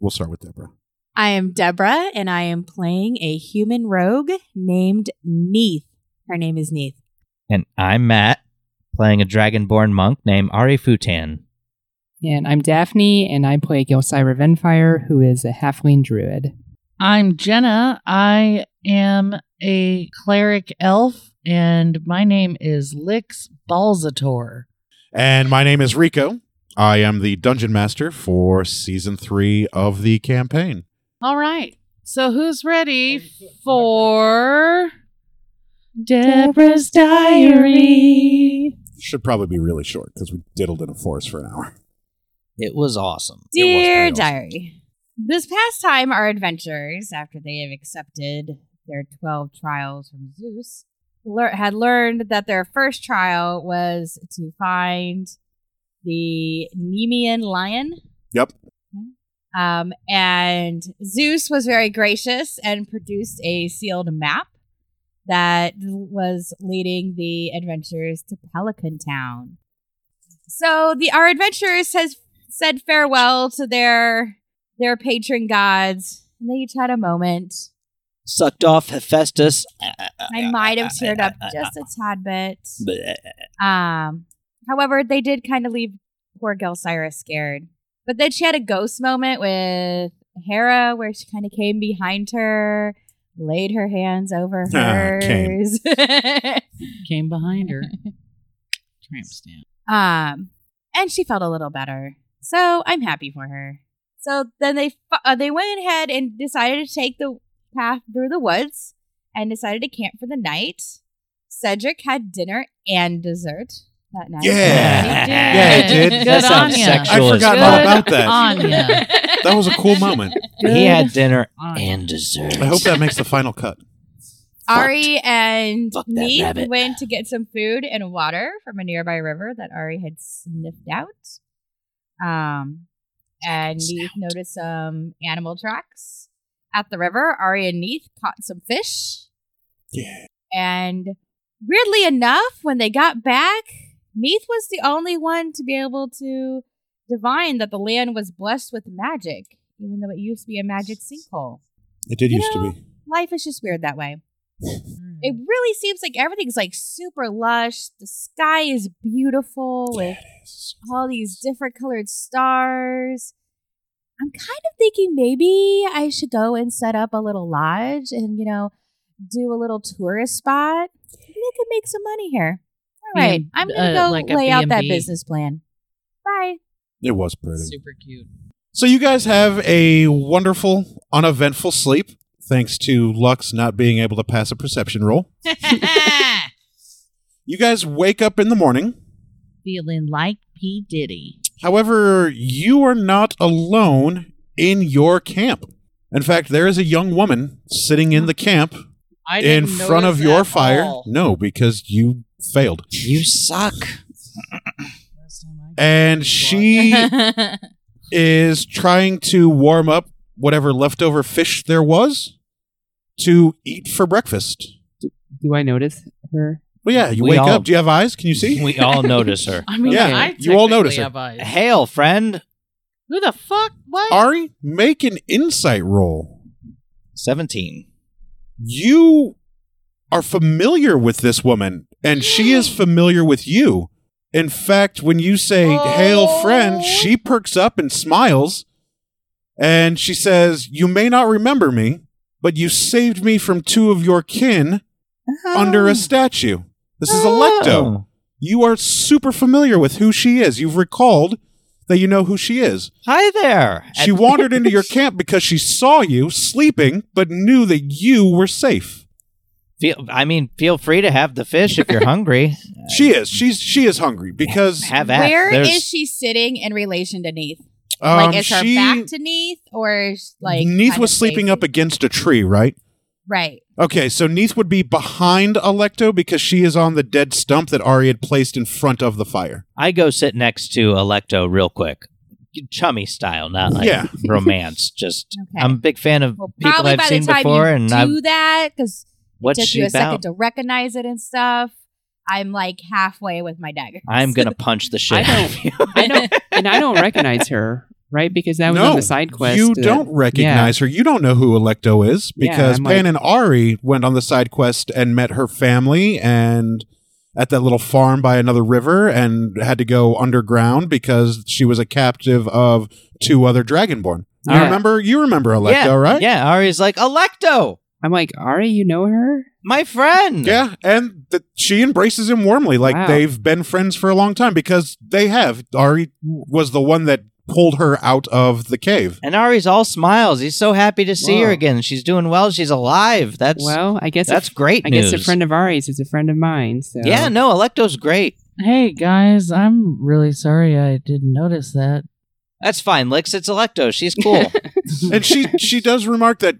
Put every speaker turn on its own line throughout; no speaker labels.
We'll start with Deborah.
I am Deborah, and I am playing a human rogue named Neith. Her name is Neith.
And I'm Matt, playing a dragonborn monk named Ari Futan.
And I'm Daphne, and I play Gilcyra Venfire, who is a halfling druid.
I'm Jenna. I am a cleric elf, and my name is Lix Balzator.
And my name is Rico. I am the Dungeon Master for Season 3 of the campaign.
All right. So who's ready for Deborah's Diary?
Should probably be really short because we diddled in a forest for an hour.
It was awesome.
It was
Dear
very awesome.
Diary,
This past time, our adventurers, after they have accepted their 12 trials from Zeus, lear- had learned that their first trial was to find the Nemean lion.
Yep.
Um, and Zeus was very gracious and produced a sealed map that was leading the adventurers to Pelican Town. So the our adventurers has said farewell to their their patron gods, and they each had a moment.
Sucked off Hephaestus.
Oh, I might have teared up just a tad bit.
Bleh.
Um, however, they did kind of leave poor Gelsira scared. But then she had a ghost moment with Hera, where she kind of came behind her, laid her hands over
Ah, came.
hers.
Came behind her. Tramp stamp.
um, and she felt a little better. So I'm happy for her. So then they fu- uh, they went ahead and decided to take the path through the woods and decided to camp for the night. Cedric had dinner and dessert that night.
Yeah.
He
Yeah, he did.
Good
That
on
sounds
ya.
sexual
I
as
forgot all
fuck.
about that.
On ya.
That was a cool moment.
He had dinner
On ya.
and dessert.
I hope that makes the final cut.
Ari and
Fuck that
Neith
rabbit.
went to get some food and water from a nearby river that Ari had sniffed out. Um, and Neith noticed some animal tracks at the river. Ari and Neith caught some fish.
Yeah.
And weirdly enough, when they got back, Neith was the only one to be able to divine that the land was blessed with magic, even though it used to be a magic sinkhole.
It did
You
used
know-
to be.
Life is just weird that way it really seems like everything's like super lush. The sky is beautiful with all these different colored stars. I'm kind of thinking maybe I should go and set up a little lodge and, you know, do a little tourist spot. Maybe I can make some money here. All right.
B-
I'm going to
uh,
go
like a
lay out that
B&B.
business plan. Bye.
It was pretty.
Super cute.
So you guys have a wonderful, uneventful sleep, thanks to Lux not being able to pass a perception roll. You guys wake up in the morning.
Feeling like P. Diddy.
However, you are not alone in your camp. In fact, there is a young woman sitting in the camp
I
in
didn't
front of
notice
your
at
fire.
all.
No, because you failed.
You suck.
Last time I-
And she is trying to warm up whatever leftover fish there was to eat for breakfast.
Do I notice her?
Well, yeah, you
We
wake
all-
up. Do you have eyes? Can you see?
We all notice her.
I mean,
Yeah,
I
you all
technically
notice her.
have eyes.
Hail, friend.
Who the fuck? What?
Ari, make an insight roll.
17.
You are familiar with this woman, and she is familiar with you. In fact, when you say, Hail, friend, she perks up and smiles, and she says, You may not remember me, but you saved
Oh.
me from two of your kin under a statue. This is Electo. You are super familiar with who she is. You've recalled that you know who she is.
Hi there.
She
And-
wandered into your camp because she saw you sleeping, but knew that you were safe.
Feel, I mean, feel free to have the fish if you're hungry.
She is. She's she is hungry because
Have at.
Where is
There's-
she sitting in relation to Neith?
um,
Like, is her
she
back to Neith, or is, like
Neith
kind
was
of
sleeping
facing-
up against a tree, right?
Right.
Okay, so Neith would be behind Alecto because she is on the dead stump that Ari had placed in front of the fire.
I go sit next to Electo real quick. Chummy style, not like
Yeah.
romance. Just
Okay.
I'm a big fan of
Well,
people
probably
I've
by
seen
the time
before
you
and
do
I've,
that, because
what's
took
she
you a
about?
second to recognize it and stuff. I'm like halfway with my dagger.
I'm gonna punch the
I
shit out of you.
I don't, and I don't recognize her, right? Because that was
No,
on the side quest.
you
that-
don't recognize her. You don't know who Electo is
Yeah,
because
I'm
Pan
like-
and Ari went on the side quest and met her family and at that little farm by another river and had to go underground because she was a captive of two other Dragonborn. You
Yeah.
remember? You remember Electo,
yeah,
right?
Yeah, Ari's like Electo,
I'm like, Ari, you know her?
my friend.
Yeah, and th- she embraces him warmly, like
Wow.
they've been friends for a long time because they have. Ari was the one that pulled her out of the cave.
And Ari's all smiles. He's so happy to see her
Whoa.
again. She's doing well. She's alive. That's
Well, I guess
that's
that's
great
I
news.
guess a friend of Ari's is a friend of mine. So
Yeah, no, Electo's great.
Hey guys, I'm really sorry I didn't notice that.
That's fine, Lix. It's Electo. She's cool.
And she she does remark that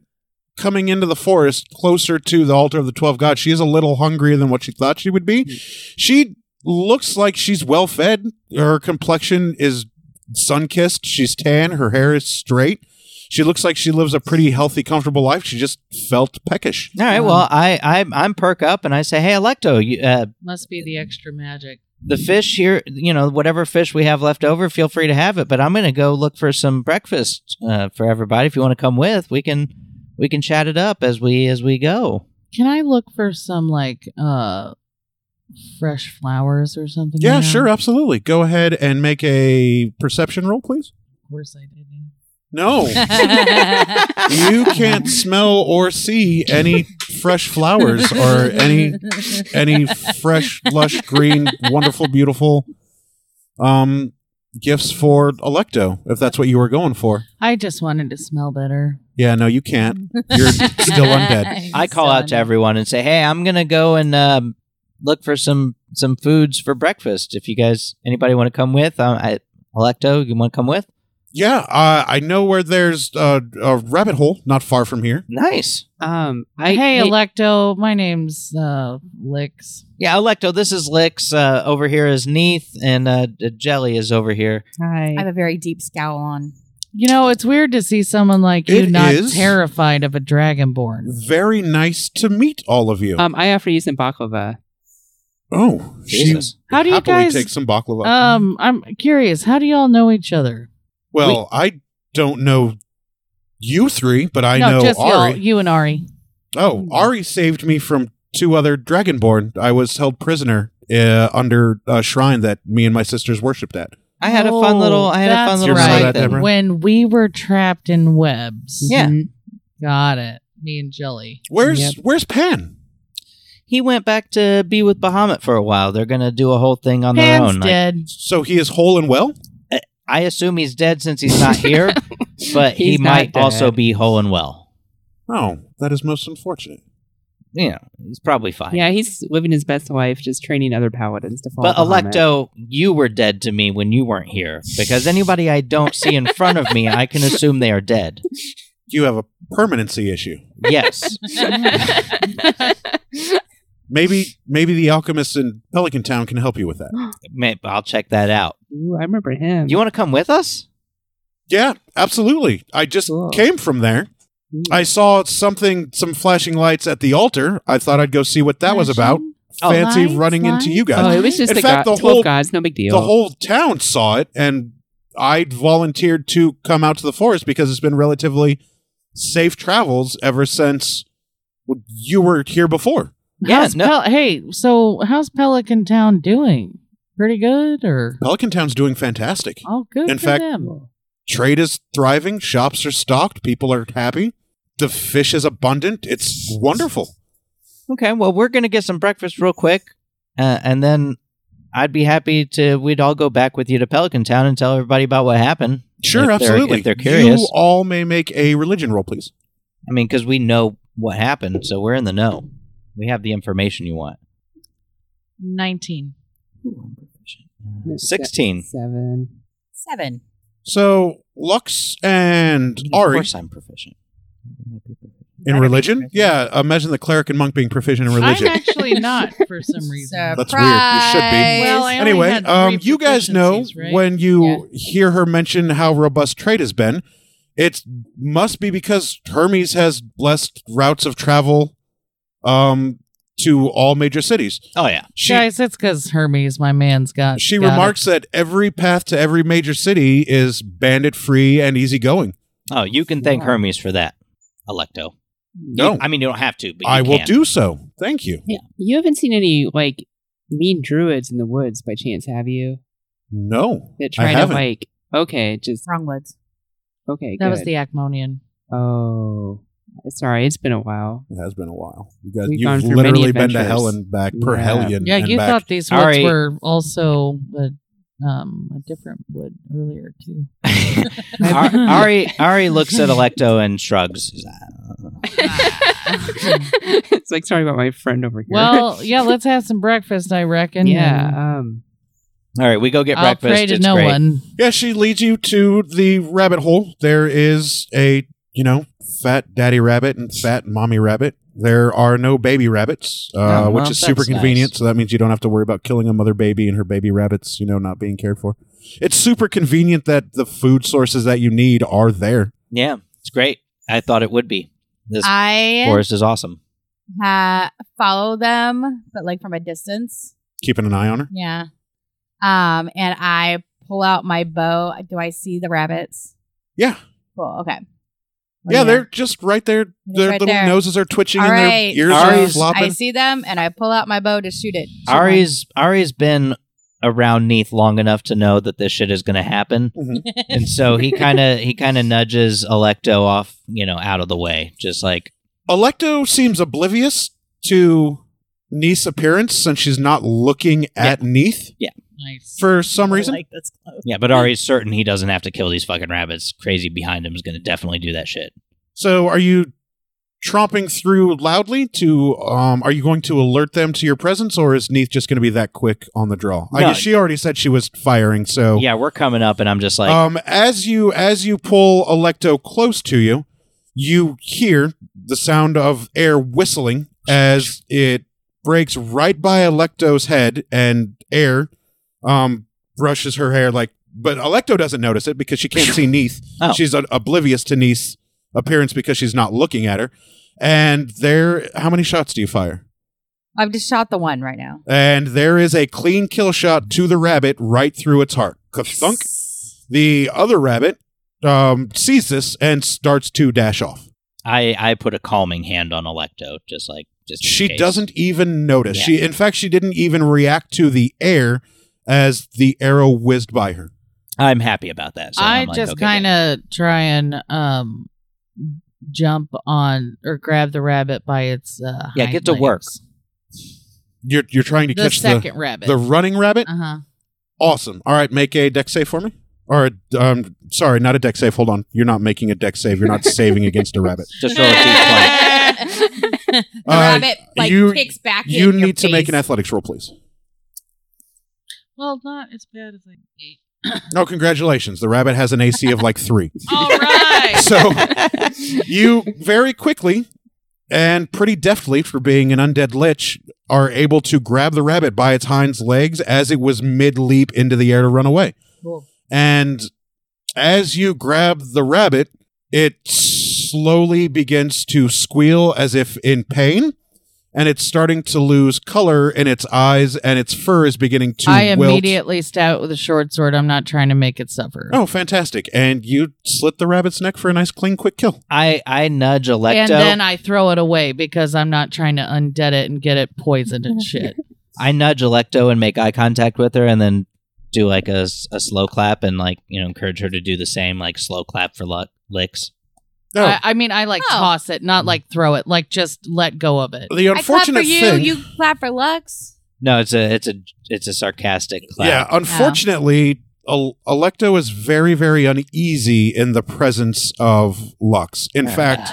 coming into the forest closer to the altar of the twelve gods, she is a little hungrier than what she thought she would be. She looks like she's well fed. Her complexion is sun kissed. She's tan. Her hair is straight. She looks like she lives a pretty healthy, comfortable life. She just felt peckish.
all
Um,
right. Well, I, I I'm perk up and I say, hey, Electo, you, uh,
Must be the extra magic.
the fish here, you know, whatever fish we have left over, feel free to have it. But I'm going to go look for some breakfast uh, for everybody. If you want to come with, we can we can chat it up as we as we go.
Can I look for some like uh fresh flowers or something?
Yeah,
around?
sure, absolutely. Go ahead and make a perception roll, please.
Of course I didn't.
No, you can't smell or see any fresh flowers or any any fresh, lush, green, wonderful, beautiful um gifts for Electo, if that's what you were going for.
I just wanted to smell better.
Yeah, no, you can't. You're still undead.
I call out to everyone and say, hey, I'm going to go and um, look for some some foods for breakfast. If you guys anybody want to come with, um, I, Electo, you want to come with?
Yeah, uh, I know where there's uh, a rabbit hole not far from here.
Nice.
Um, I
hey, Electo, my name's uh Lix.
Yeah, Electo, this is Lix. Uh, over here is Neith, and uh, Jelly is over here.
hi.
I have a very deep scowl on.
You know, it's weird to see someone like you
It
not
is.
terrified of a dragonborn.
Very nice to meet all of you.
Uh,
Um, I offer you some baklava.
oh, she
Jesus.
How do you
happily
guys
takes some baklava.
Um, I'm curious. How do y'all know each other?
Well, I don't know you three, but I
no,
know
just y'all,
Ari.
you and Ari.
Oh, Ari saved me from two other Dragonborn. I was held prisoner uh, under a shrine that me and my sisters worshipped at.
I had a fun
Oh,
little. I had a fun
that's
little
You remember
side
that,
thing.
Deborah?
When we were trapped in webs.
Yeah.
Mhm.
Got it. Me and Jelly.
Where's
Yep.
Where's Pan?
He went back to be with Bahamut for a while. They're gonna do a whole thing on their
Pan's
own. Like,
dead.
So he is whole and well.
I assume he's dead since he's not here, but he
He's not
might also
dead.
be whole and well.
Oh, that is most unfortunate.
Yeah, he's probably fine.
Yeah, he's living his best life, just training other paladins to follow.
But Electo, you were dead to me when you weren't here because anybody I don't see in front of me, I can assume they are dead.
You have a permanency issue.
Yes.
Maybe Maybe the alchemists in Pelican Town can help you with that.
May- I'll check that out.
Ooh, I remember him.
You want to come with us?
Yeah, absolutely. I just
Cool.
came from there.
Ooh.
I saw something, some flashing lights at the altar. I thought I'd go see what that was about.
Oh,
Fancy
lights,
running into you guys.
oh, it was just
In
the,
fact,
god,
the
12
whole-
gods, no big deal.
the whole town saw it and i volunteered to come out to the forest because it's been relatively safe travels ever since well, you were here before
Yeah,
How's
no-
Pel- hey, so how's Pelican Town doing? Pretty good or
pelican town's doing fantastic
all good
In
for
fact-
them?
trade is thriving shops are stocked people are happy the fish is abundant it's wonderful
Okay, well, we're going to get some breakfast real quick, uh, and then I'd be happy to. We'd all go back with you to Pelican Town and tell everybody about what happened.
Sure,
If they're-
absolutely.
if they're curious.
you all may make a religion roll, please.
I mean, because we know what happened, so we're in the know. We have the information you want.
19.
Sixteen.
Seven.
Seven.
So Lux and
Of
Ari
course, I'm proficient.
in religion. Yeah, imagine the cleric and monk being proficient in religion.
I'm actually not for some reason.
That's weird. You should be.
Well, I only
Anyway,
had three
um, you guys know
proficiencies, right?
when you
Yeah.
hear her mention how robust trade has been, it must be because Hermes has blessed routes of travel um, to all major cities.
Oh yeah.
She
Guys, it's because Hermes, my man's got.
she
got it.
remarks that every path to every major city is bandit free and easygoing.
Oh, you can thank
Wow.
Hermes for that, Electo.
No,
You- I mean you don't have to, but you
I will
can.
do so. Thank you.
Yeah. You haven't seen any like mean druids in the woods by chance, have you?
No,
That
I
try to
haven't.
like okay, just
Wrong words.
okay.
That was
good.
the Acmonian.
Oh, sorry, it's been a while.
It has been a while. You guys,
We've gone
you've
through many
literally been to
adventures.
hell and back per
Yeah.
hellion.
Yeah,
and
you
back.
thought these
All
woods
right.
were also a, um, a different wood earlier, too.
Ar- Ari Ari looks at Electo and shrugs. He's like,
it's like sorry about my friend over here.
Well, yeah, let's have some breakfast, I reckon. and
yeah. Um,
All right, we go get
I'll
breakfast.
pray to
it's
no
great.
one.
Yeah, she leads you to the rabbit hole. There is a, you know, fat daddy rabbit and fat mommy rabbit. There are no baby rabbits, uh,
Oh,
which
well,
is super
that's nice.
convenient. So that means you don't have to worry about killing a mother baby and her baby rabbits, you know, not being cared for. It's super convenient that the food sources that you need are there.
Yeah, it's great. I thought it would be. This
I
forest is awesome.
ha- follow them, but like from a distance.
Keeping an eye on her.
Yeah. Um, and I pull out my bow. Do I see the rabbits?
Yeah.
Cool. Okay.
Yeah, they're just right there. Their
Oh, right
little
there.
noses are twitching
All
and their
right.
ears
Ari's-
are flopping.
I see them, and I pull out my bow to shoot it. Shoot
Ari's Ari's been around Neath long enough to know that this shit is going to happen,
Mhm.
and so he kind of he kind of nudges Electo off, you know, out of the way, just like
Electo seems oblivious to Neith's appearance since she's not looking at Neith
Nice.
for some reason.
that's close.
yeah. But Ari's certain he doesn't have to kill these fucking rabbits. Crazy behind him is going to definitely do that shit.
so are you tromping through loudly to um are you going to alert them to your presence or is Neith just going to be that quick on the draw? I
No.
guess she already said she was firing, so
Yeah, we're coming up, and I'm just like,
Oh. um as you as you pull Electo close to you, you hear the sound of air whistling as it breaks right by Electo's head and air um brushes her hair like but Electo doesn't notice it because she can't see Neith.
Oh.
She's uh, oblivious to Neith's appearance because she's not looking at her. And there how many shots do you fire?
I've just shot the one right now.
And there is a clean kill shot to the rabbit right through its heart. Ka-thunk. The other rabbit um, sees this and starts to dash off.
I I put a calming hand on Electo, just like just. in
She
case.
doesn't even notice.
Yeah.
She, in fact, she didn't even react to the air as the arrow whizzed by her.
I'm happy about that. So
I
I'm like,
just
okay,
kind of try and um, jump on or grab the rabbit by its. Uh,
Yeah, get to
hind
work.
legs.
You're you're trying to
The
catch
second rabbit.
the the running rabbit.
uh huh.
Awesome. All right, make a deck save for me. Or um, sorry, not a deck save. Hold on, you're not making a deck save. You're not saving against a rabbit.
good. just roll a d20.
the
Uh,
rabbit like
you-
kicks back.
You
in your
need to make
face.
an athletics roll, please.
Well, not as bad as I eat.
No, congratulations. The rabbit has an AC of like three.
All right.
So you very quickly and pretty deftly, for being an undead lich, are able to grab the rabbit by its hind legs as it was mid leap into the air to run away.
Cool.
And as you grab the rabbit, it slowly begins to squeal as if in pain. And it's starting to lose color in its eyes, and its fur is beginning to
I
wilt.
immediately stab it with a short sword. I'm not trying to make it suffer.
Oh, fantastic! And you slit the rabbit's neck for a nice, clean, quick kill.
I I nudge Electo.
and then I throw it away because I'm not trying to undead it and get it poisoned and shit.
I nudge Electo and make eye contact with her, and then do like a, s- a slow clap and like you know encourage her to do the same like slow clap for luck licks.
No,
I, I mean, I like
Oh.
toss it, not like throw it. Like just let go of it.
the
I clap for
unfortunate
you.
thing.
You clap for Lux.
No, it's a it's a it's a sarcastic cloud.
Yeah, unfortunately, El- Electo is very, very uneasy in the presence of Lux. In fact,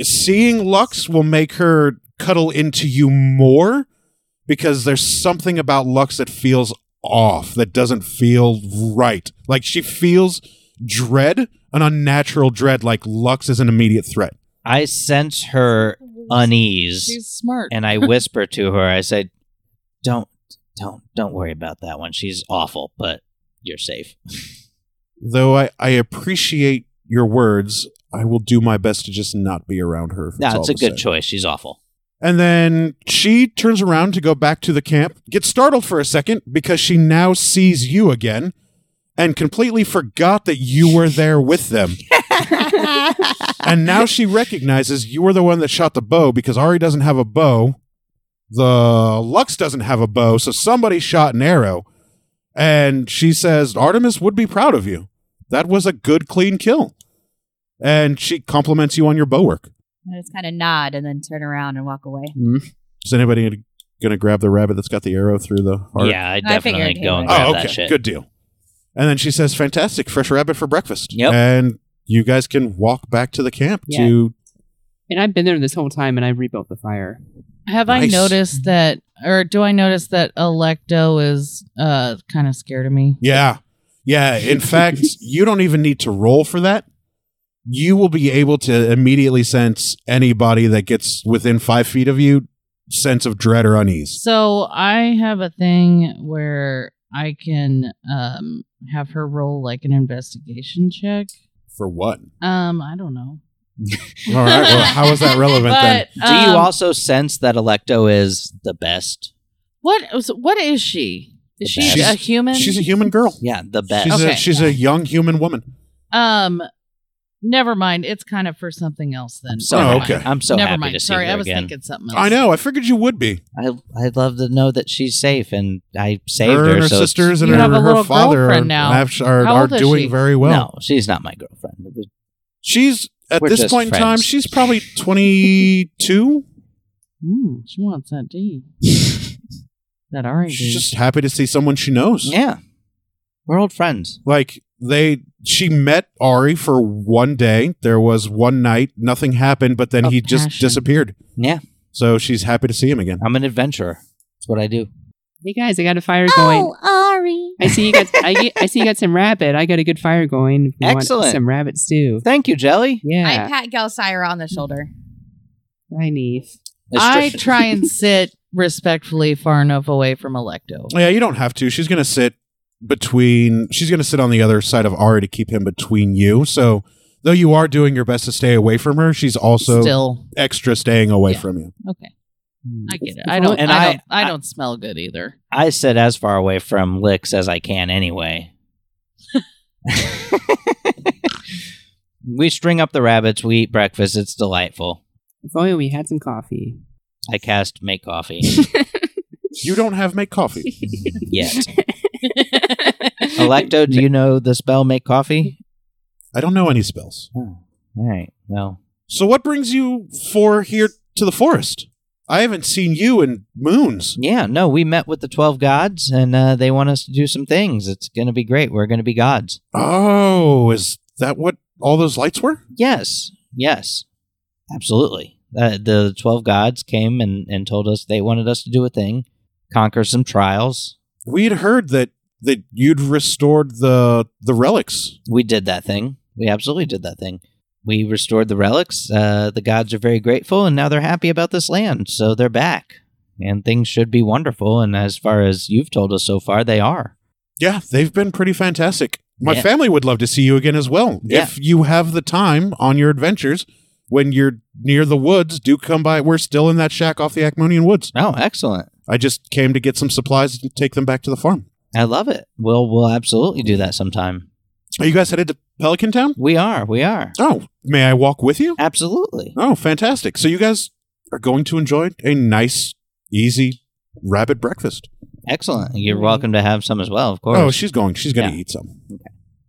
seeing Lux will make her cuddle into you more because there's something about Lux that feels off, that doesn't feel right. Like she feels dread, an unnatural dread, like Lux is an immediate threat.
I sense her unease,
She's smart.
and I whisper to her. I say, "Don't, don't, don't worry about that one. She's awful, but you're safe."
Though I, I appreciate your words, I will do my best to just not be around her. if
No,
all
it's a
the
good
same.
choice. She's awful.
And then she turns around to go back to the camp, gets startled for a second because she now sees you again and completely forgot that you were there with them. and now she recognizes you were the one that shot the bow because Ari doesn't have a bow. The Lux doesn't have a bow, so somebody shot an arrow. And she says, Artemis would be proud of you. That was a good, clean kill. And she compliments you on your bow work.
I just kind of nod and then turn around and walk away.
Is anybody gonna- gonna grab the rabbit that's got the arrow through the heart?
Yeah,
I
I
figured
definitely
he
go and
would.
grab
Oh,
that
okay.
shit.
Good deal. And then she says, "Fantastic, fresh rabbit for breakfast."
Yep.
And you guys can walk back to the camp
Yeah.
to.
And I've been there this whole time, and I rebuilt the fire.
Have I
Nice.
noticed that, or do I notice that Electo is uh, kind of scared of me?
Yeah, yeah. In fact, you don't even need to roll for that. You will be able to immediately sense anybody that gets within five feet of you, sense of dread or unease.
So I have a thing where I can um, have her roll like an investigation check.
For what?
Um, I don't know.
All right. Well, how is that relevant then?
But,
Do you
um,
also sense that Electo is the best?
What? so What is she? Is she
She's-
a human?
She's a human girl.
Yeah, the best.
She's, a,
Okay.
she's a young human woman.
Um, never mind. It's kind of for something else then.
I'm so
Oh,
Never
happy.
okay.
mind.
I'm so
never
happy
mind.
to see
Sorry,
her
I was
again.
thinking something else.
I know. I figured you would be.
I I'd love to know that she's safe and I saved
her
her.
and her
so it's-
sisters and
You have
her,
a
her
little
father are,
girlfriend now.
have- are,
How
are
old is
doing
she?
very well.
No, she's not my girlfriend. It was-
She's at
We're
this
just
point in time,
friends.
she's probably 22.
Mm, she wants that D. that R D.
She's just happy to see someone she knows.
Yeah, we're old friends.
Like they she met Ari for one day. There was one night, nothing happened, but then
Of
he just
passion.
disappeared.
Yeah,
So she's happy to see him again.
I'm an adventurer. That's what I do.
Hey guys, I got a fire going.
Ari.
I see you got. I, get, I see you got some rabbit. I got a good fire going. If you want
Excellent.
some rabbit stew.
Thank you, Jelly.
I
Yeah.
pat Gelsira on the shoulder.
Hi, Neef.
I try and sit respectfully far enough away from Electo.
Yeah, you don't have to. She's gonna sit between she's gonna sit on the other side of Ari to keep him between you. So though you are doing your best to stay away from her, she's also
Still,
extra staying away
Yeah.
from you.
okay, I get
Hmm.
it.
If
I
only-
don't,
And
I,
I-
don't, I
I-
don't smell good either.
I sit as far away from Licks as I can anyway. we string up the rabbits. We eat breakfast. It's delightful.
If only we had some coffee.
I cast make coffee.
You don't have make coffee.
Yet, Electo, do you know the spell make coffee?
I don't know any spells.
Oh, all right. Well,
So what brings you four here to the forest? I haven't seen you in moons.
Yeah, no, we met with the 12 gods and uh, they want us to do some things. It's going to be great. We're going to be gods.
Oh, is that what all those lights were?
Yes, yes, absolutely. Uh, the 12 gods came and, and told us they wanted us to do a thing, conquer some trials.
We had heard that that you'd restored the the relics.
We did that thing. We absolutely did that thing. We restored the relics. Uh, the gods are very grateful and now they're happy about this land. So they're back and things should be wonderful. And as far as you've told us so far, they are.
Yeah, they've been pretty fantastic. My
Yeah.
family would love to see you again as well.
Yeah.
If you have the time on your adventures, when you're near the woods, do come by. We're still in that shack off the Acmonian Woods.
Oh, excellent.
I just came to get some supplies and take them back to the farm.
I love it. We'll, we'll absolutely do that sometime.
Are you guys headed to Pelican Town?
We are. We are.
Oh, may I walk with you?
Absolutely.
Oh, fantastic. So you guys are going to enjoy a nice, easy rabbit breakfast.
Excellent. You're welcome to have some as well, of course.
Oh, she's going. She's going to
Yeah.
eat some.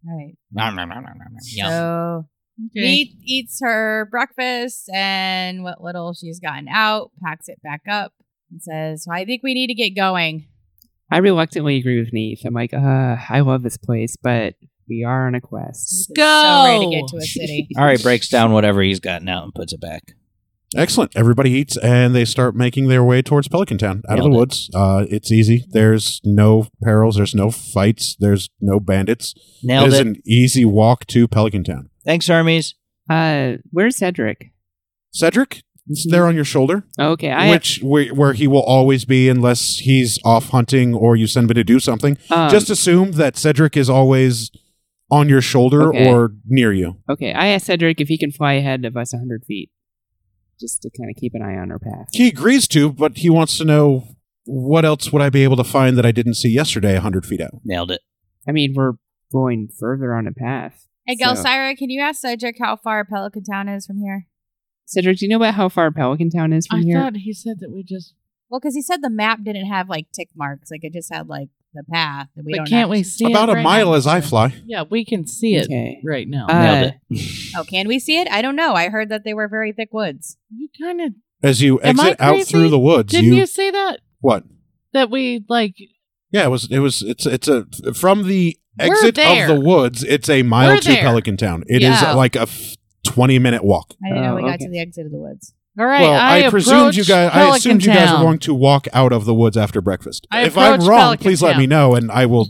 All right.
Nom, nom, nom, nom, nom, nom. Yum.
So Meat eats her breakfast and what little she's gotten out, packs it back up, and says, well, I think we need to get going.
I reluctantly agree with Neith. I'm like, uh, I love this place, but we are on a quest.
He's So ready to
Go!
get to a city.
Ari breaks down whatever he's gotten out and puts it back.
Excellent. Everybody eats and they start making their way towards Pelican Town out of
Nailed
the
it.
woods. Uh, it's easy. There's no perils. There's no fights. There's no bandits.
Nailed
it is
it.
an easy walk to Pelican Town.
Thanks, Hermes.
Uh, where's Cedric?
Cedric,
Mm-hmm.
it's there on your shoulder,
Okay, I
which where, where he will always be unless he's off hunting or you send me to do something.
um,
Just assume that Cedric is always on your shoulder
Okay.
or near you.
okay. I asked Cedric if he can fly ahead of us 100 feet, just to kind of keep an eye on our path.
He agrees to, but he wants to know what else would I be able to find that I didn't see yesterday, hundred feet out.
Nailed it. I
I mean, we're going further on a path.
Hey,
so-
Gelsira, can you ask Cedric how far Pelican Town is from here?
Cedric, do you know about how far Pelican Town is from
I
here?
thought he said that we just.
Well, because he said the map didn't have like tick marks, like it just had like the path. And we
but
don't
can't
have-
we see
About
it
a
right
mile
now?
as I fly.
Yeah, we can see it
Okay.
right now.
Uh,
Nailed
Oh, can we see it? I don't know. I heard that they were very thick woods.
you kind of
As you
Am I
exit out
crazy?
through the woods,
didn't
you,
you, say that
what?
that we like
Yeah, it was it was it's it's a from the
We're
exit of
there.
the woods, it's a mile
We're
to
there.
Pelican Town. It is
Yeah.
like a f- twenty minute walk.
I didn't know
Oh,
we got
okay.
to the exit of the woods.
All right.
well,
I,
I, presumed you
approach
guys I
Pelican
assumed you guys were
Town.
going to walk out of the woods after breakfast.
I
if I'm
approach
wrong,
Pelican
please let
Town.
me know and I will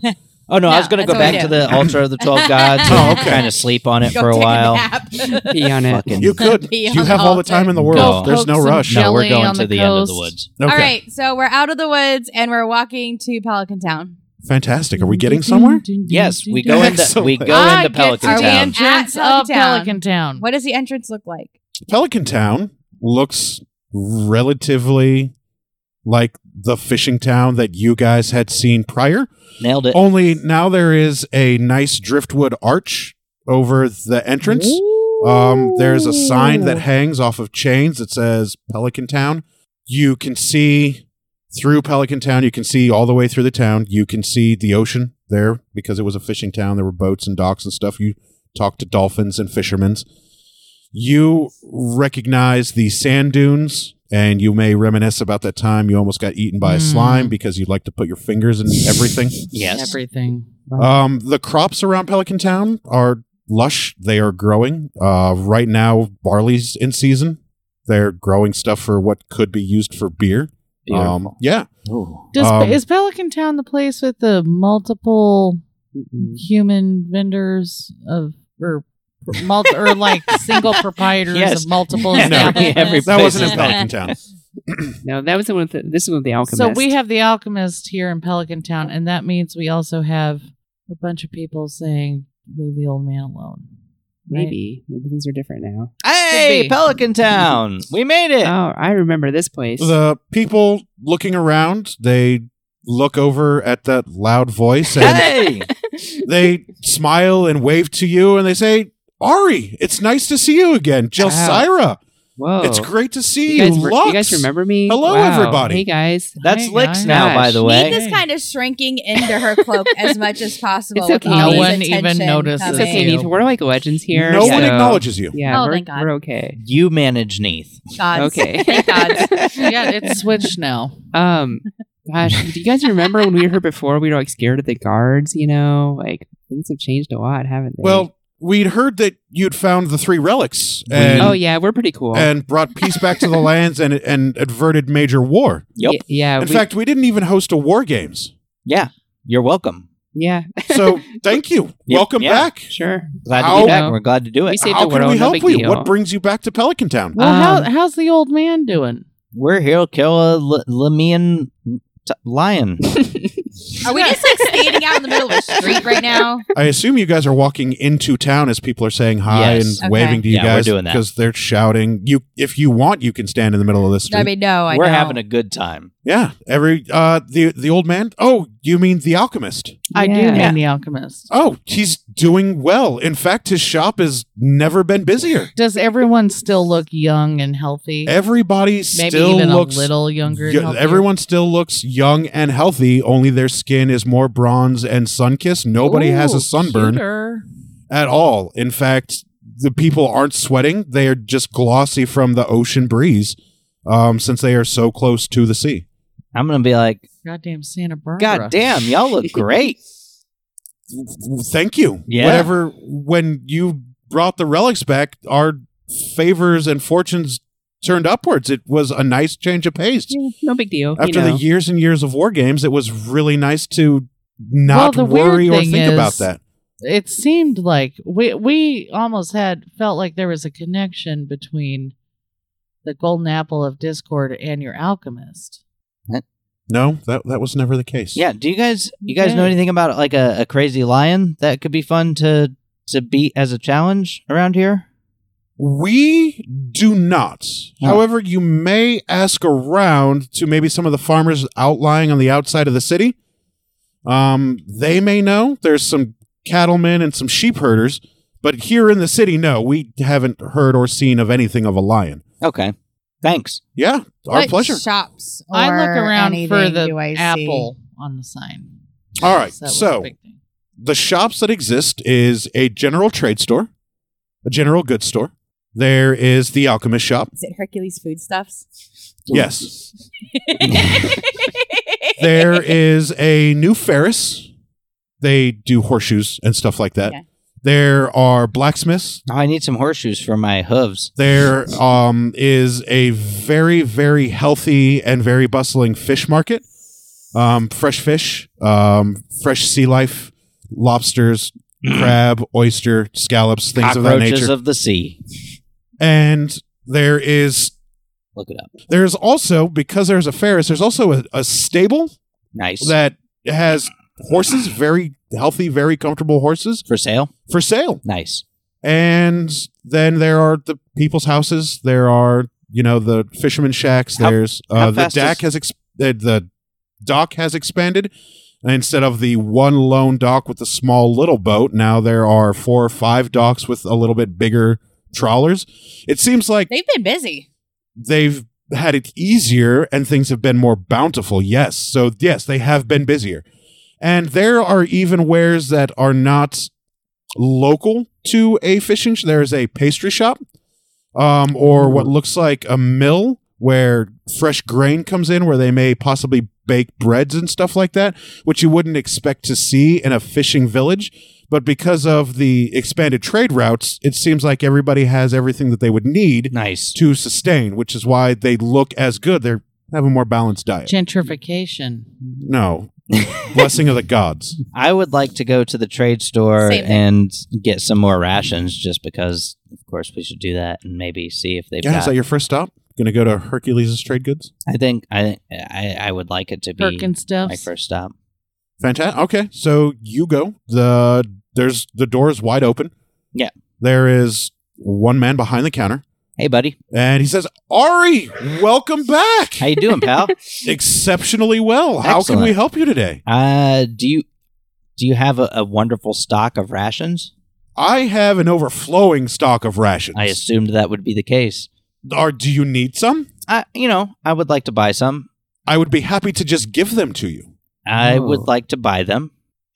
Oh no,
No,
I was gonna
that's
go
what
back
we
to
do.
the altar of the twelve gods
Oh,
and
okay.
kind of sleep on it
Go
for a
take
while.
nap.
Pee on it.
Fucking-
You could.
Be
You have
on the
all the
altar.
time in the world.
Go.
There's no
Poke some
rush.
shell-
no, we're
Jelly
going
on
to
the
the end of the
coast.
woods.
Okay.
All right, so we're out of the woods and we're walking to Pelican Town.
Fantastic. Are we getting somewhere?
Yes, we go into we
Excellent.
go
I
into Pelican
get to
Town.
The
At
entrance of
Pelican Town.
Pelican Town.
What does the entrance look like?
Pelican Town looks relatively like the fishing town that you guys had seen prior.
Nailed it.
Only now there is a nice driftwood arch over the entrance. Um, there's a sign that hangs off of chains that says Pelican Town. You can see through Pelican Town, you can see all the way through the town. You can see the ocean there because it was a fishing town. There were boats and docks and stuff. You talk to dolphins and fishermen. You recognize the sand dunes, and you may reminisce about that time you almost got eaten by a
Mm.
slime because you like to put your fingers in everything.
Yes.
Everything.
Um, the crops around Pelican Town are lush. They are growing. Uh, right now, barley's in season. They're growing stuff for what could be used for beer. Um, yeah.
Beautiful.
Does,
Um,
is Pelican Town the place with the multiple
Mm-mm.
human vendors of or multi, or like single proprietors
Yes.
of multiple
No.
establishments?
Every
That wasn't
Business
in Pelican Town.
No, that was the one. With the, this is with the alchemist.
So we have the alchemist here in Pelican Town, and that means we also have a bunch of people saying, "Leave the old man alone." right?
maybe maybe things are different now.
Hey,
be.
Pelican Town. We made it.
Oh, I remember this place.
The people looking around, they look over at that loud voice and
hey.
they smile and wave to you and they say, Ari, it's nice to see you again. Jelsira,
Whoa,
it's great to see
Oh. You
you.
guys, re- you guys
Lux."
remember me?
Hello,
Wow.
everybody.
Hey guys,
That's
Hey,
Licks
guys.
now, by the
Gosh.
way.
Need this kind of shrinking into her cloak as much as possible.
It's
with
okay.
all
No
these
one
attention
even notices
it's
coming.
okay.
you.
Neith, we're like legends here.
No one
so-
acknowledges you.
Yeah,
Oh,
we're,
thank God.
we're okay.
You manage Neath.
Gods.
Okay.
Thank God.
yeah, it's switched now.
Um, gosh, do you guys remember when we were here before? We were like scared of the guards. You know, like things have changed a lot, haven't they?
Well, we'd heard that you'd found the three relics and,
oh yeah, we're pretty cool.
and brought peace back to the lands and and averted major war.
Yep.
Y- yeah.
In
Uh, we-
fact, we didn't even host a war games.
Yeah. You're welcome.
yeah.
So thank you.
Yep,
Welcome
yeah.
back.
Sure.
Glad to
How-
be back. We're glad to do
We
it.
saved
How
the
can
world.
we
no
help
big
you?
Deal.
What brings you back to Pelican Town?
Well,
Um,
how, how's the old man doing?
We're here to kill a L- Lemian t- lion.
Are we just like standing out in the middle of a street right now?
I assume you guys are walking into town as people are saying hi
Yes.
and
Okay.
waving to you
Yeah, we're
guys
doing that.
because they're shouting. You, if you want, you can stand in the middle of this street.
I mean, no. I
We're
know.
having a good time.
yeah, every uh, the the old man. Oh, you mean the alchemist?
I do
Yeah.
mean
Yeah.
the alchemist.
Oh, he's doing well. In fact, his shop has never been busier.
Does everyone still look young and healthy?
Everybody
Maybe
still
even
looks
a little younger. and
Yeah,
healthier?
everyone still looks young and healthy. Only their skin is more bronze and sun kissed. Nobody has
Ooh,
a sunburn
cuter.
at all. In fact, the people aren't sweating. They are just glossy from the ocean breeze, um, since they are so close to the sea.
I'm gonna be like,
Goddamn Santa Barbara.
God damn, y'all look great.
Thank you.
Yeah.
Whatever. When you brought the relics back, our favors and fortunes turned upwards. It was a nice change of pace.
Yeah, no big deal.
After
you know.
the years and years of war games, it was really nice to
Well,
not
the weird
worry or
thing
think about
is-
that.
It seemed like we we almost had felt like there was a connection between the golden apple of discord and your alchemist.
No, that that was never the case.
Yeah. Do you guys you guys know
Okay.
anything about like a, a crazy lion that could be fun to to beat as a challenge around here?
We do not.
Huh.
However, you may ask around to maybe some of the farmers outlying on the outside of the city. Um, they may know. There's some cattlemen and some sheep herders, but here in the city, no, we haven't heard or seen of anything of a lion.
Okay. Thanks.
Yeah, our
What
pleasure.
Shops. Or
I look around for
anything do
the
I see?
apple on the sign.
All right,
That was
so-
a big thing.
the shops that exist is a general trade store, a general goods store. There is the alchemist shop.
Is it Hercules Foodstuffs?
Yes. there is a new Ferris. They do horseshoes and stuff like that.
Yeah.
There are blacksmiths.
Oh, I need some horseshoes for my hooves.
There um, is a very, very healthy and very bustling fish market. Um, fresh fish, um, fresh sea life, lobsters, crab, oyster, scallops, things of that
Mm. Cockroaches
nature.
of the sea.
and there is
Look it up.
there's also because there's a Ferris, there's also a, a stable
Nice.
that has horses, very healthy, very comfortable horses
for sale?
for sale.
Nice.
And then there are the people's houses. There are you know the fisherman shacks.
How-
There's
how
uh, the
fast
deck has exp- uh, the dock has expanded. Instead of the one lone dock with the small little boat, now there are four or five docks with a little bit bigger trawlers. It seems like
They've been busy.
they've had it easier and things have been more bountiful. Yes. So, yes, they have been busier. And there are even wares that are not local to a fishing sh- There's a pastry shop um, or what looks like a mill where fresh grain comes in, where they may possibly bake breads and stuff like that, which you wouldn't expect to see in a fishing village. But because of the expanded trade routes, it seems like everybody has everything that they would need
Nice.
to sustain, which is why they look as good. They have a more balanced diet.
gentrification.
No. Blessing of the gods.
I would like to go to the trade store
Same thing.
and get some more rations just because of course we should do that and maybe see if they've
Yeah, is
got
that your first stop? Gonna go to Hercules' Trade Goods?
I think I I I would like it to be
Perkins stuff.
my first stop.
Fantastic. Okay, so you go. The there's the door is wide open.
Yeah.
There is one man behind the counter,
Hey buddy.
and he says, "Ari, welcome back.
How you doing, pal?
Exceptionally well. How can we
Excellent.
help you today?
Uh, do you do you have a, a wonderful stock of rations?
I have an overflowing stock of rations.
I assumed that would be the case.
Or do you need some?
I, you know, I would like to buy some.
I would be happy to just give them to you.
I would
Oh.
like to buy them.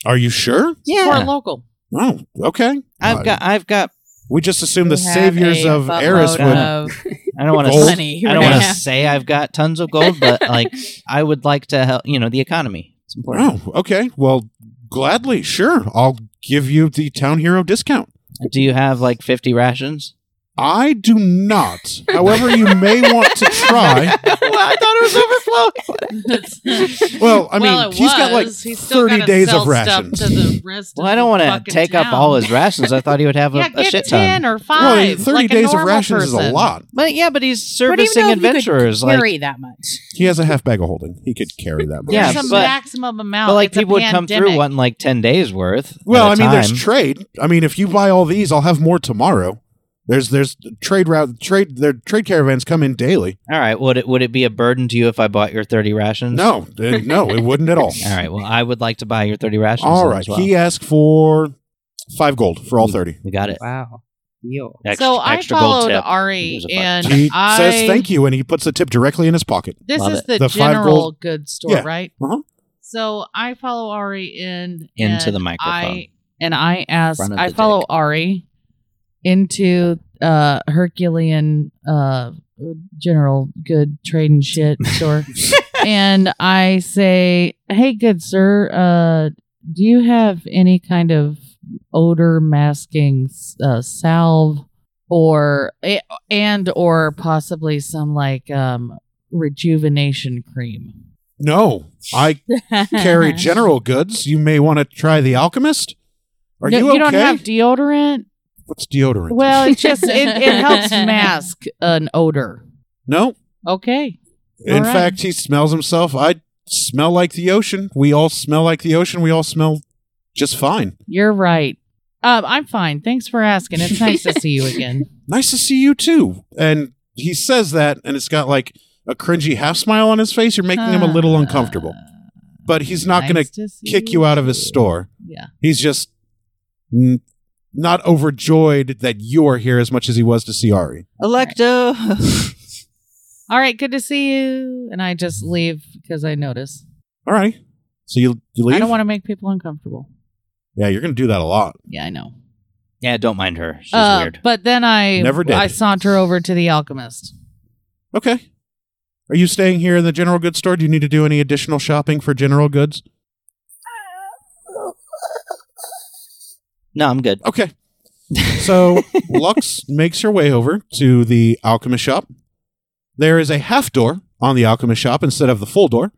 Are you sure?
Or local.
Oh, okay.
I've got. I've got.
We just assumed the
We have
saviors
a
of
buttload
Eris would.
of
I don't want
Gold?
to.
money.
I
right
don't want
now.
to say I've got tons of gold, but like I would like to help. You know, the economy. It's important.
Oh, okay. Well, gladly, sure. I'll give you the town hero discount.
Do you have like fifty rations?
I do not. However, you may want to try.
well, I thought it was overflow.
Well, I mean,
Well, it
he's got like
was. He's still
thirty
gotta
days
sell
of
stuff
rations.
to the rest
Well,
of
I don't
the
want to
fucking
take up
town.
all his rations. I thought he would have a,
yeah,
a
get
shit
ten
ton.
or
well,
five.
thirty
like a
days of
normal
rations is a
person.
lot.
But yeah, but he's
I don't even
servicing
know if you could
adventurers. Like
carry that much.
He has a half bag of holding. He could carry that much.
Yeah,
There's a
but-
maximum amount.
But like
It's a
people would come through
pandemic.
wanting like ten days worth.
Well, I
at a
mean, there's
time.
trade. I mean, if you buy all these, I'll have more tomorrow. There's there's trade route trade their trade caravans come in daily.
all right. Would it would it be a burden to you if I bought your thirty rations?
No, uh, no, it wouldn't at all.
All right. Well, I would like to buy your thirty rations.
All
then
right.
as well.
He asked for five gold for all 30.
we got it.
Wow. Deal.
Ex-
so I
extra gold
followed
tip.
Ari,
Here's a fuck.
and
He
I
says thank you and he puts the tip directly in his pocket.
This
Love
is
it.
the,
The five
general goods store,
Yeah.
right?
Uh-huh.
So I follow Ari in
Into
and
the microphone.
I, and I ask,
Front of
I
the
follow
dick.
Ari into uh Herculean uh general good trade and shit store, and I say, "Hey, good sir, uh, do you have any kind of odor masking uh, salve, or eh, and or possibly some like um, rejuvenation cream?"
No, I carry general goods. You may want to try the alchemist. Are
No,
you okay?
don't have deodorant.
What's deodorant?
Well, it just it, it helps mask an odor.
no.
Okay.
In
right.
fact, he smells himself. I smell like the ocean. We all smell like the ocean. We all smell just fine.
You're right. Um, I'm fine. Thanks for asking. It's nice to see you again.
Nice to see you too. And he says that, and it's got like a cringy half smile on his face. You're making him a little
Uh,
uncomfortable, but he's not going
nice
to
see
kick you out of his store.
Yeah.
He's just n- not overjoyed that you are here as much as he was to see Ari.
Electo.
All right. Good to see you. And I just leave because I notice.
All right. So you you leave.
I don't want to make people uncomfortable.
yeah, you're going to do that a lot.
Yeah, I know.
yeah, don't mind her. She's
Uh,
weird.
But then I
Never did.
I saunter over to the alchemist.
Okay. Are you staying here in the general goods store? Do you need to do any additional shopping for general goods?
No, I'm good.
Okay. So Lux makes her way over to the alchemist shop. There is a half door on the alchemist shop instead of the full door.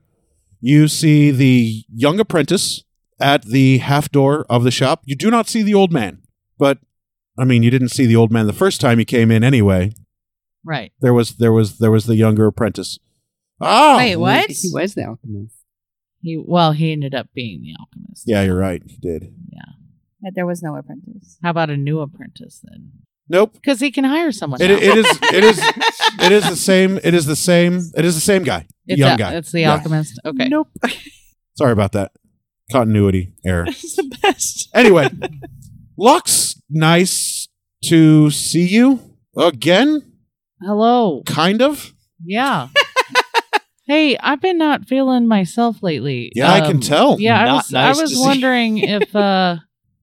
You see the young apprentice at the half door of the shop. You do not see the old man, but I mean, you didn't see the old man the first time you came in anyway.
Right.
There was there was there was the younger apprentice. Ah,
Wait, what?
He was the alchemist.
He well, he ended up being the alchemist.
Yeah, you're right. He did.
That there was no apprentice.
How about a new apprentice then?
Nope.
Because he can hire someone.
It,
now.
it is it is it is the same. It is the same. It is the same guy.
It's
young
a-
guy.
It's the
Yeah.
alchemist. Okay.
Nope. Sorry about that. Continuity error.
It's the best.
Anyway, Lux, nice to see you again.
Hello.
Kind of.
Yeah. hey, I've been not feeling myself lately.
Yeah, I
Um,
can tell.
Yeah, I
Not
was,
nice
I
to
was
see.
wondering if uh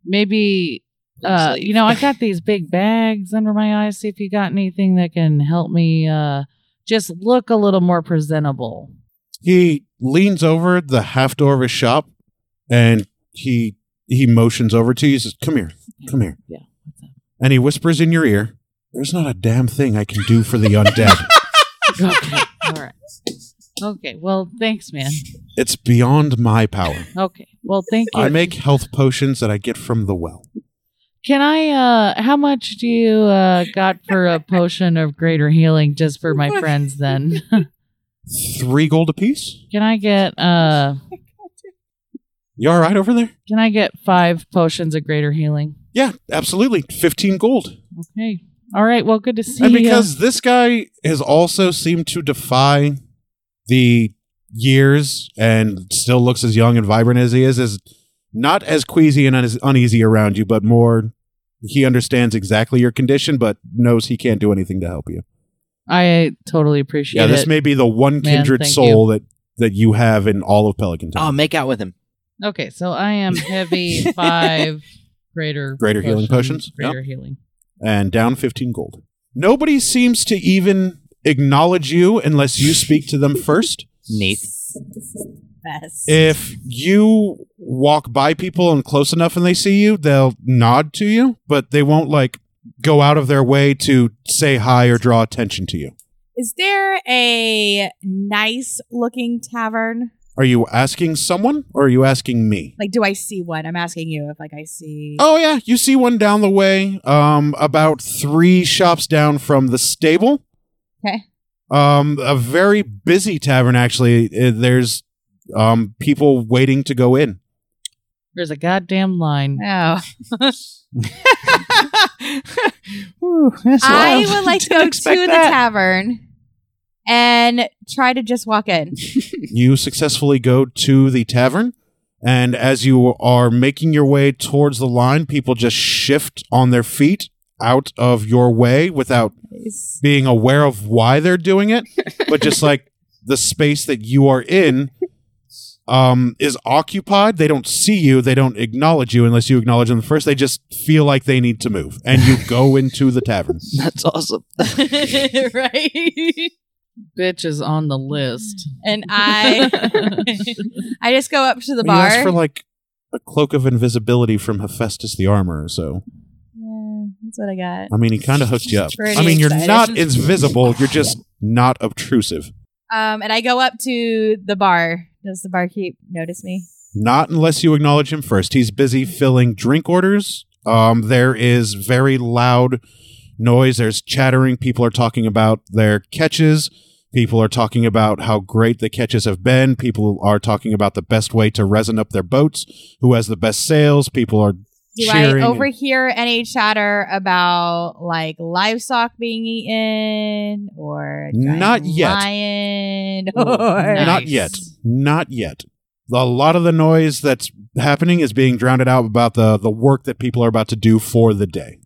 maybe uh
Please leave.
you know, I got these big bags under my eyes. See if you got anything that can help me uh just look a little more presentable.
He leans over the half door of his shop, and he he motions over to you. He says, "Come here, come here."
Yeah. What's
And he whispers in your ear, "There's not a damn thing I can do for the undead."
up? Okay. All right. Okay. Well, thanks, man.
It's beyond my power.
Okay. Well, thank you.
I make health potions that I get from the well.
Can I uh how much do you uh got for a potion of greater healing just for my friends then?
Three gold apiece.
Can I get uh
You all right over there?
can I get 5 potions of greater healing?
Yeah, absolutely. 15 gold.
Okay. All right. Well, good to see
And
you. uh,
because this guy has also seemed to defy the years and still looks as young and vibrant as he is, is not as queasy and as uneasy around you, but more he understands exactly your condition, but knows he can't do anything to help you.
I totally appreciate
Yeah, this
it.
may be the one
Man,
kindred
thank Ah.
soul that that you have in all of Pelican Town.
Oh, make out with him.
okay, so I am heavy five greater
Greater healing potions, yeah.
Greater healing.
and down 15 gold. Nobody seems to even acknowledge you unless you speak to them first.
Neat.
This is the best.
If you walk by people and close enough and they see you, they'll nod to you, but they won't like go out of their way to say hi or draw attention to you.
Is there a nice looking tavern?
Are you asking someone or are you asking me?
Like, do I see one? I'm asking you if like I see.
Oh yeah, you see one down the way, um about 3 shops down from the stable.
Okay.
Um a very busy tavern actually. Uh, There's um people waiting to go in.
There's a goddamn line.
Oh.
Ooh, that's
I
wild.
would like to
Didn't
go to
expect
the
that.
tavern and try to just walk in.
you successfully go to the tavern and as you are making your way towards the line people just shift on their feet out of your way without
Is-
being aware of why they're doing it but just like the space that you are in um is occupied they don't see you they don't acknowledge you unless you acknowledge them first they just feel like they need to move and you go into the tavern
That's awesome.
right? bitch is on the list.
and I I just go up to the
You asked
bar.
for like a cloak of invisibility from Hephaestus the armorer. So
yeah, that's what I got.
I mean, he kind of hooked you up.
Pretty
I mean, you're
excited.
not invisible. You're just not obtrusive.
Um, and I go up to the bar. Does the barkeep notice me?
Not unless you acknowledge him first. He's busy filling drink orders. Um, there is very loud noise. There's chattering. People are talking about their catches. People are talking about how great the catches have been. People are talking about the best way to resin up their boats. Who has the best sails? People are
Do
cheering.
I overhear any chatter about like livestock being eaten or a giant
Not yet.
lion
Ooh,
or
nice.
Not yet. Not yet. A lot of the noise that's happening is being drowned out about the the work that people are about to do for the day.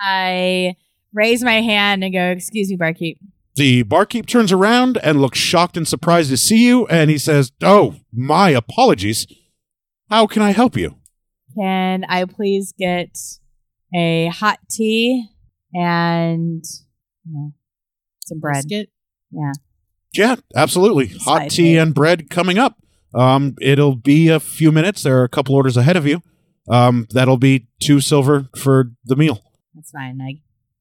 I raise my hand and go, "Excuse me, barkeep."
The barkeep turns around and looks shocked and surprised to see you, and he says, "Oh, my apologies. How can I help you?"
Can I please get a hot tea and you know, some bread?
Biscuit.
Yeah, absolutely. Hot
Side
tea
note.
and bread coming up. Um, it'll be a few minutes. There are a couple orders ahead of you. Um, that'll be two silver for the meal.
That's fine. I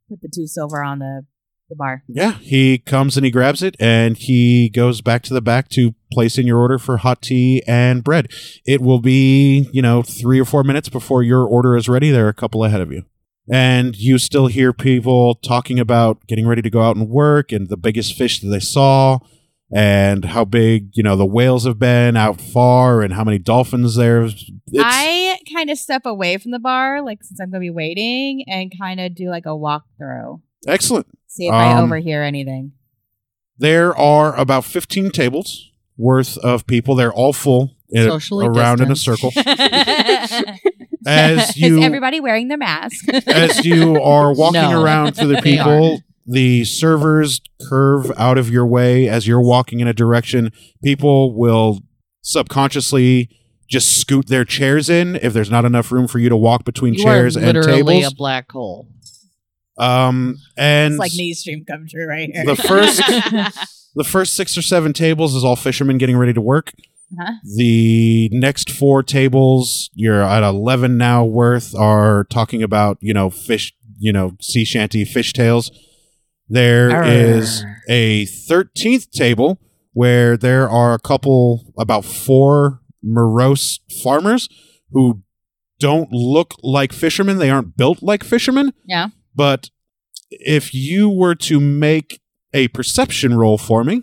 put the two silver on the, the bar.
Yeah, he comes and he grabs it and he goes back to the back to place in your order for hot tea and bread. It will be, you know, three or four minutes before your order is ready. There are a couple ahead of you. And you still hear people talking about getting ready to go out and work and the biggest fish that they saw and how big, you know, the whales have been out far and how many dolphins there's. It's,
I kind of step away from the bar, like since I'm going to be waiting, and kind of do like a walkthrough.
excellent.
See if I
Um,
overhear anything.
There are about 15 tables worth of people. They're all full. uh,
Socially
around in a
distanced.
circle.
Is
as you
everybody wearing their mask?
as you are walking
No.
around through the
They
people the servers curve out of your way as you're walking in a direction people will subconsciously just scoot their chairs in if there's not enough room for you to walk between
You
chairs
are
and
literally
tables
a black hole.
um and
It's like knee stream come true right here.
the first the first six or seven tables is all fishermen getting ready to work
Uh-huh.
the next four tables you're at 11 now worth are talking about you know fish you know sea shanty fish tales There
Arr.
is a 13th table where there are a couple about four morose farmers who don't look like fishermen they aren't built like fishermen
Yeah.
but if you were to make a perception roll for me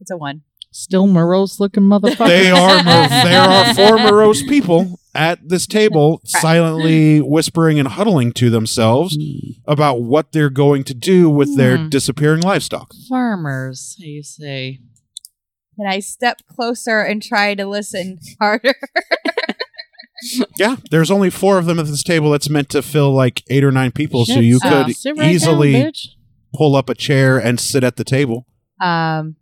It's a one.
Still morose looking motherfucker.
they are mor- there are four morose people at this table silently whispering and huddling to themselves
Hmm.
about what they're going to do with their
Hmm.
disappearing livestock
farmers. You say
Can I step closer and try to listen harder?
yeah there's only four of them at this table that's meant to fill like eight or nine people so
Shit,
you
sit-
could
sit right down,
easily
bitch.
pull up a chair and sit at the table
Um,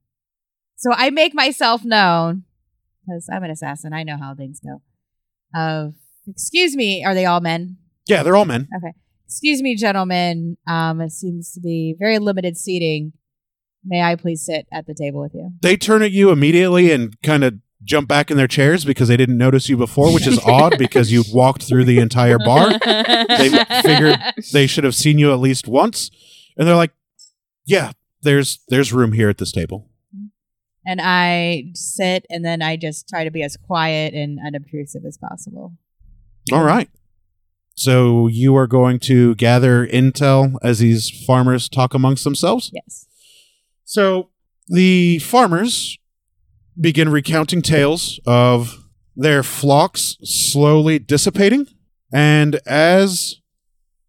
so I make myself known because I'm an assassin. I know how things go. Of excuse me, are they all men?
yeah they're all men
Excuse me, gentlemen. Um, it seems to be very limited seating. May I please sit at the table with you?
they turn at you immediately and kind of jump back in their chairs because they didn't notice you before which is odd because you walked through the entire bar they figured they should have seen you at least once and they're like yeah there's there's room here at this table
And I sit, and then I just try to be as quiet and unobtrusive as possible.
all right so you are going to gather intel as these farmers talk amongst themselves
Yes.
so the farmers begin recounting tales of their flocks slowly dissipating and as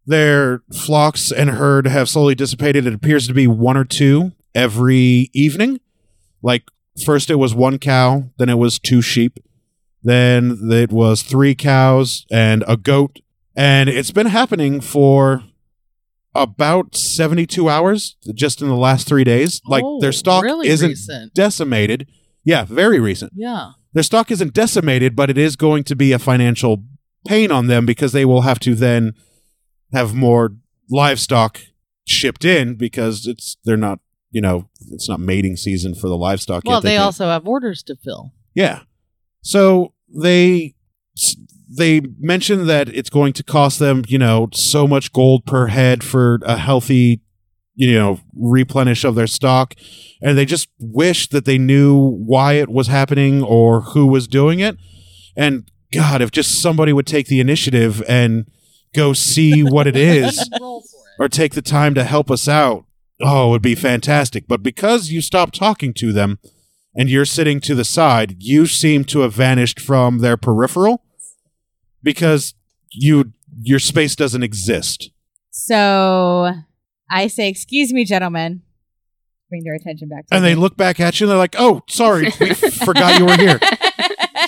their flocks and herd have slowly dissipated. It appears to be one or two every evening. Like, first it was one cow, then it was two sheep, then it was three cows and a goat. And it's been happening for about 72 hours just in the last three days. Like,
Oh,
their stock
really
isn't
recent.
decimated. Yeah, very recent
Yeah.
their stock isn't decimated, but it is going to be a financial pain on them because they will have to then have more livestock shipped in because it's they're not you know it's not mating season for the livestock
Well,
yet.
they
can't-
also have orders to fill.
yeah. So they they mention that it's going to cost them, you know, so much gold per head for a healthy, you know, replenish of their stock, and they just wish that they knew why it was happening or who was doing it. And God, if just somebody would take the initiative and go see what it is
Roll for it.
or take the time to help us out, oh, it would be fantastic. But because you stopped talking to them and you're sitting to the side, you seem to have vanished from their peripheral because you your space doesn't exist.
So I say, "Excuse me, gentlemen." Bring their attention back. to
And they
me.
look back at you and they're like, "Oh, sorry, we forgot you were here.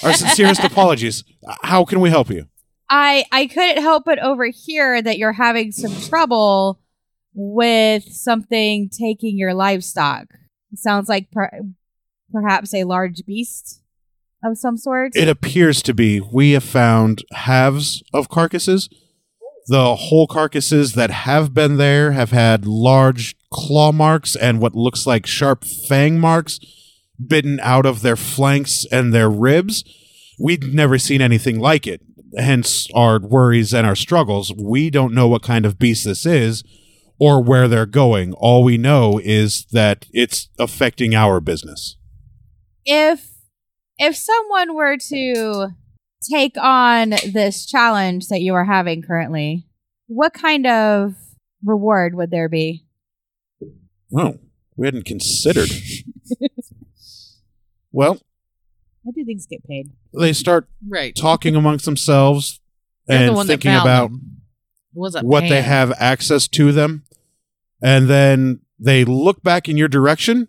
Our sincerest apologies. How can we help you?"
I I couldn't help but overhear that you're having some trouble with something taking your livestock. It sounds like per- perhaps a large beast of some sort.
It appears to be we have found halves of carcasses. The whole carcasses that have been there have had large claw marks and what looks like sharp fang marks bitten out of their flanks and their ribs. We'd never seen anything like it, hence our worries and our struggles. We don't know what kind of beast this is or where they're going. All we know is that it's affecting our business.
if if someone were to take on this challenge that you are having currently, what kind of reward would there be?
Oh, we hadn't considered. well,
How do things get paid?
they start
Right.
talking amongst themselves
They're the
and
one that
thinking
found
about
them. It wasn't
what they
Pan.
have access to them. And then they look back in your direction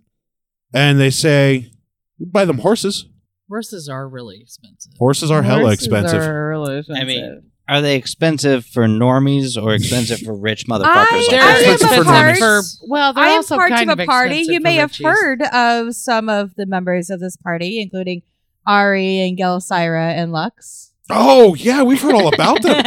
and they say, We'd buy them horses.
Horses are really expensive.
Horses are hella
Horses
expensive.
are really expensive.
mean, Are they expensive for normies or expensive for rich motherfuckers?
I-
like
They're
I am
us?
a
expensive for
part-
members. well, they're
I am
also
part
kind
of a party.
expensive
You
for
may have
richies.
heard of some of the members of this party, including Ari and Gelsira and Lux.
Oh, yeah, we've heard all about them.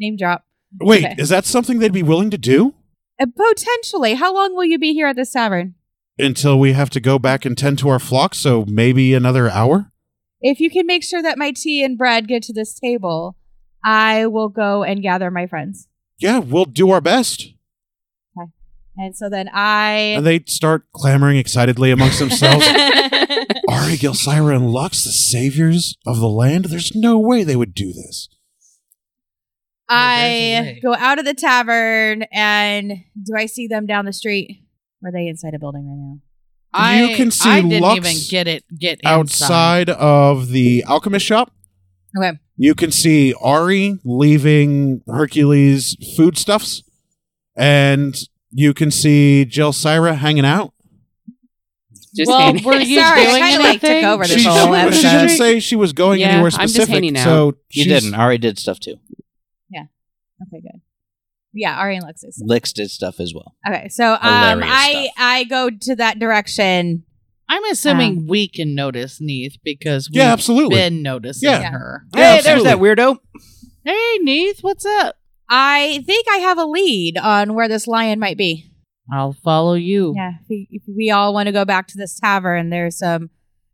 Name drop.
Wait,
Okay.
is that something they'd be willing to do?
Uh, potentially, how long will you be here at this tavern?
Until we have to go back and tend to our flock, so maybe another hour?
If you can make sure that my tea and bread get to this table, I will go and gather my friends.
Yeah, we'll do our best.
And so then I
And they start clamoring excitedly amongst themselves. Ari, Gelsira, and Lux, the saviors of the land? There's no way they would do this.
there's a
I
way.
go out of the tavern and do I see them down the street? Are they inside a building right now?
I,
You can see
I didn't
Lux
even get it. Get
Outside of the alchemist shop,
Okay.
you can see Ari leaving Hercules foodstuffs, and you you can see Gelsira hanging out.
just
Well,
saying.
were you
Sorry, I
doing
kinda, like, took
anything?
over For this
she,
whole
she- she
episode.
didn't say she was going
Yeah,
anywhere
I'm just
specific,
hanging out.
so
You
she's-
didn't. Ari did stuff too.
Okay, good. Yeah, Ari and Lux is.
Lix did stuff as well.
Okay, so um,
Hilarious
I
stuff.
I go to that direction.
I'm assuming
Ah.
we can notice Neith because we've
Yeah, absolutely.
been noticing
Yeah.
her.
Yeah,
hey, there's that
absolutely.
weirdo.
Hey, Neith, what's up?
I think I have a lead on where this lion might be.
I'll follow you.
Yeah, if we, if we all want to go back to this tavern. There's some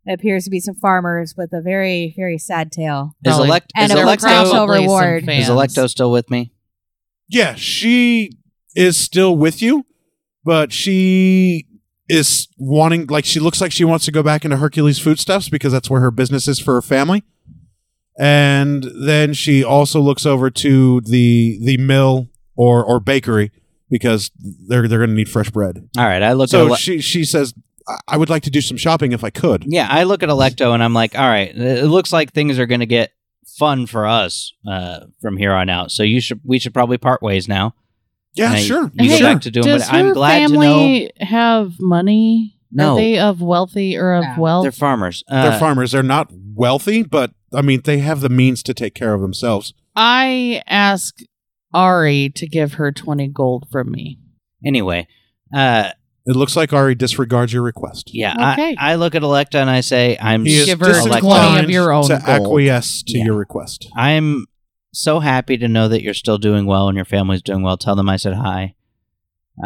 it appears to be some farmers with a very very sad tale.
Is,
Probably.
elect-
And
is,
a
Electo,
crossover.
Probably some
reward.
is
fans.
Electo still with me?
Yeah, she is still with you, but she is wanting like she looks like she wants to go back into Hercules Foodstuffs because that's where her business is for her family. And then she also looks over to the the mill or or bakery because they're they're going to need fresh bread.
All right, I look at
So
Ele-
she she says "I- I would like to do some shopping if I could.
Yeah, I look at Electo and I'm like, all right, it looks like things are going to get fun for us uh, from here on out. So you should we should probably part ways now.
Yeah,
And I-
sure.
You
Hey,
go back to doing
Does
what I'm
her
glad to know.
family have money?
No.
Are they of wealthy or of
No.
wealth?
They're farmers. Uh,
They're farmers. They're not wealthy, but I mean they have the means to take care of themselves.
I ask Ari to give her 20 gold from me.
anyway, uh,
It looks like Ari disregards your request.
yeah,
Okay.
I, I look at Electa and I say, I'm
He is
Give her
Electo.
disinvolved. 20 of
disinclined
your own
to
gold.
acquiesce to
Yeah.
your request.
I'm so happy to know that you're still doing well and your family's doing well. Tell them I said hi.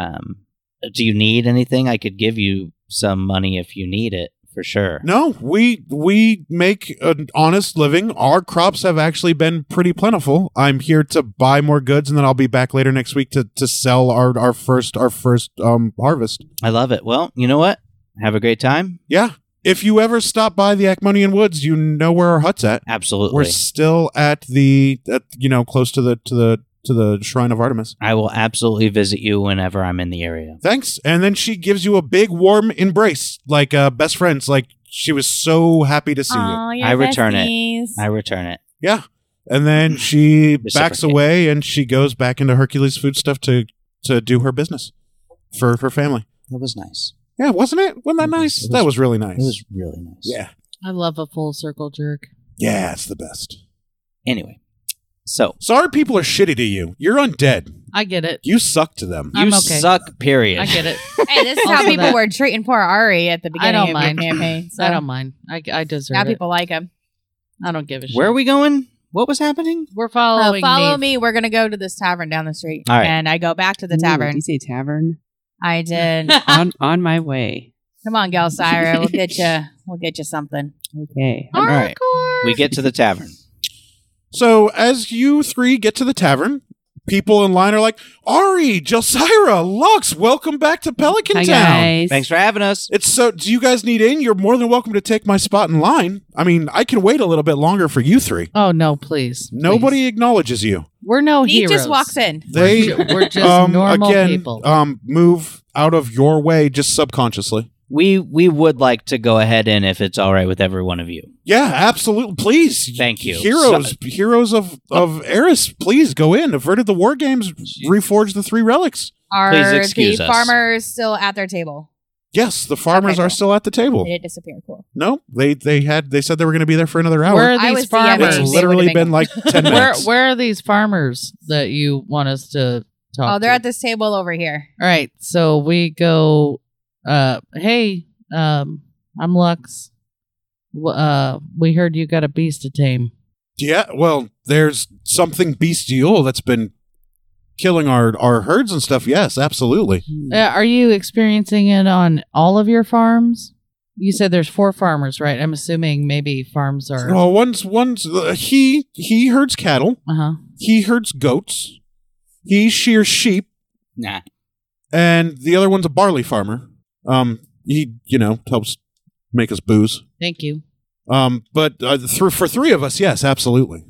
Um, do you need anything? I could give you some money if you need it for sure.
No, we we make an honest living. Our crops have actually been pretty plentiful. I'm here to buy more goods, and then I'll be back later next week to, to sell our, our first our first um harvest.
I love it. Well, you know what? Have a great time.
Yeah. If you ever stop by the Acmonian Woods, you know where our hut's at.
Absolutely.
We're still at the at, you know close to the to the to the shrine of Artemis.
I will absolutely visit you whenever I'm in the area.
Thanks. And then she gives you a big warm embrace, like uh, best friends. Like she was so happy to see you.
Aw, your
I return it.
besties.
I return it.
Yeah. And
Mm-hmm.
then she backs
Reciprocate.
away and she goes back into Hercules Foodstuff to to do her business for her family.
That was nice.
Yeah, wasn't it? Wasn't that
It was-
nice?
it was-
that was really nice.
It was really nice.
yeah.
I love a full circle jerk.
Yeah, it's the best.
Anyway, so
Sorry people are shitty to you. You're undead.
I get it.
You suck to them.
I'm
you
okay.
suck. Period.
I get it.
hey, this is how
Also
people
that-
were treating poor Ari at the beginning
I don't
of
mind.
your campaign. So
I don't mind. I, I deserve
now
it.
people like him.
I don't give a shit.
Where are we going? What was happening?
We're
Uh,
following.
follow
Neith.
me. We're gonna go to this tavern down the street,
All right.
and I go back to the
Ooh,
tavern.
did you say tavern?
I did.
on on my way.
Come on, Gelsira, we'll get you. We'll get you something.
Okay.
All right. We get to the tavern.
So as you three get to the tavern, people in line are like, Ari, Jelsira, Lux, welcome back to Pelican
Hi
Town.
guys.
Thanks for having us.
It's so. Do you guys need in? You're more than welcome to take my spot in line. I mean, I can wait a little bit longer for you three.
Oh no, please.
Nobody
Please.
acknowledges you.
We're no
he
Oh, heroes.
just walks in.
They
We're just
um,
normal
again
people.
um move out of your way just subconsciously.
We we would like to go ahead and if it's all right with every one of you.
Yeah, absolutely. Please,
Thank you.
heroes,
So- uh,
heroes of of Eris. Please go in. Averted the war games. Reforge the three relics.
Are
Please excuse
the
us.
farmers still at their table?
Yes, the farmers
Okay,
are
cool.
still at the
They
table.
didn't disappear. Cool.
No, they they had they said they were going to be there for another hour.
where are
I
these
was the other
farmers?
they
it's
would've
literally
been-
been like ten
where
minutes.
where are these farmers that you want us to talk?
Oh, they're
to?
at this table over here.
All right, so we go. Uh, hey, um, I'm Lux. W- Uh, we heard you got a beast to tame.
Yeah, well, there's something bestial that's been killing our our herds and stuff. Yes, absolutely.
Uh, are you experiencing it on all of your farms? You said there's four farmers, right? I'm assuming maybe farms are.
Well, one's one's uh, he he herds cattle.
Uh huh.
He herds goats. He shears sheep,
Nah.
and the other one's a barley farmer. Um, he you know helps make us booze.
Thank you.
Um, but uh, through for three of us, yes, absolutely.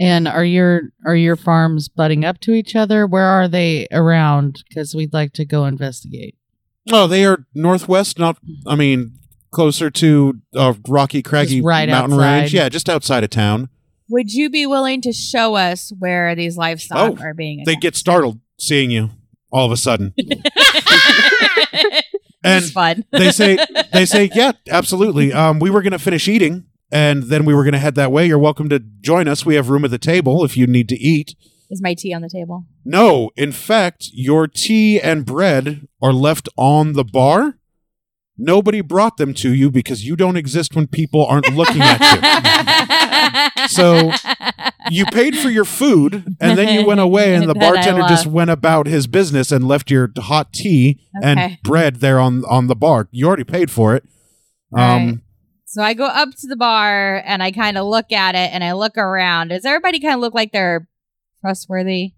And are your are your farms butting up to each other? Where are they around? Because we'd like to go investigate.
Oh, they are northwest. Not, I mean, closer to uh, rocky, craggy
Just right
mountain
outside.
range. Yeah, just outside of town.
Would you be willing to show us where these livestock
Oh,
are being?
they get startled seeing you all of a sudden and
it's fun.
they say they say yeah absolutely um, we were going to finish eating and then we were going to head that way you're welcome to join us we have room at the table if you need to eat
Is my tea on the table?
no in fact your tea and bread are left on the bar nobody brought them to you because you don't exist when people aren't looking at you so you paid for your food and then you went away and the
That I
bartender just
love.
went about his business and left your hot tea and
Okay.
bread there on on the bar you already paid for it um
Right. So I go up to the bar and I kind of look at it and I look around. Does everybody kind of look like they're trustworthy?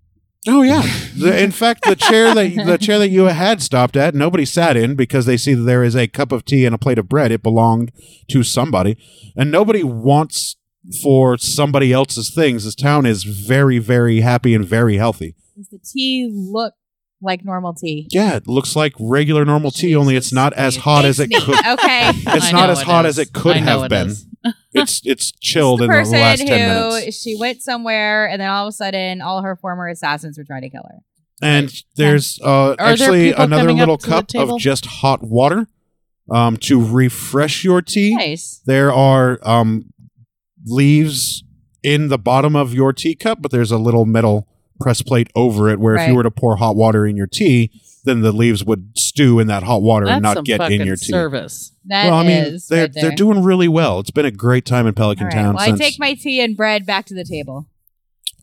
oh yeah The- in fact the chair that the chair that you had stopped at nobody sat in because they see that there is a cup of tea and a plate of bread it belonged to somebody and nobody wants for somebody else's things this town is very very happy and very healthy
Does the tea look like normal tea?
yeah it looks like regular normal tea only it's
Jesus,
not as
Nate.
hot as it
Thanks,
could
Nate. Okay.
It's
I
not
know
as hot
is.
as it could
I know
have
it
been.
is.
it's it's
This
chilled
is
in the last
person
10
who
minutes
she went somewhere and then all of a sudden all her former assassins were trying to kill her.
and there's uh,
there
actually
people
another
coming up
little
to the
cup of
table?
just hot water um, to refresh your tea
Nice.
there are um, leaves in the bottom of your teacup but there's a little metal press plate over it where if you
Right.
were to pour hot water in your tea then the leaves would stew in that hot water
That's
and not
some
get
fucking
in your tea
service.
That
well i mean
is
they're,
right
they're
there.
doing really well it's been a great time in pelican
All right.
town
Well, I
since
take my tea and bread back to the table.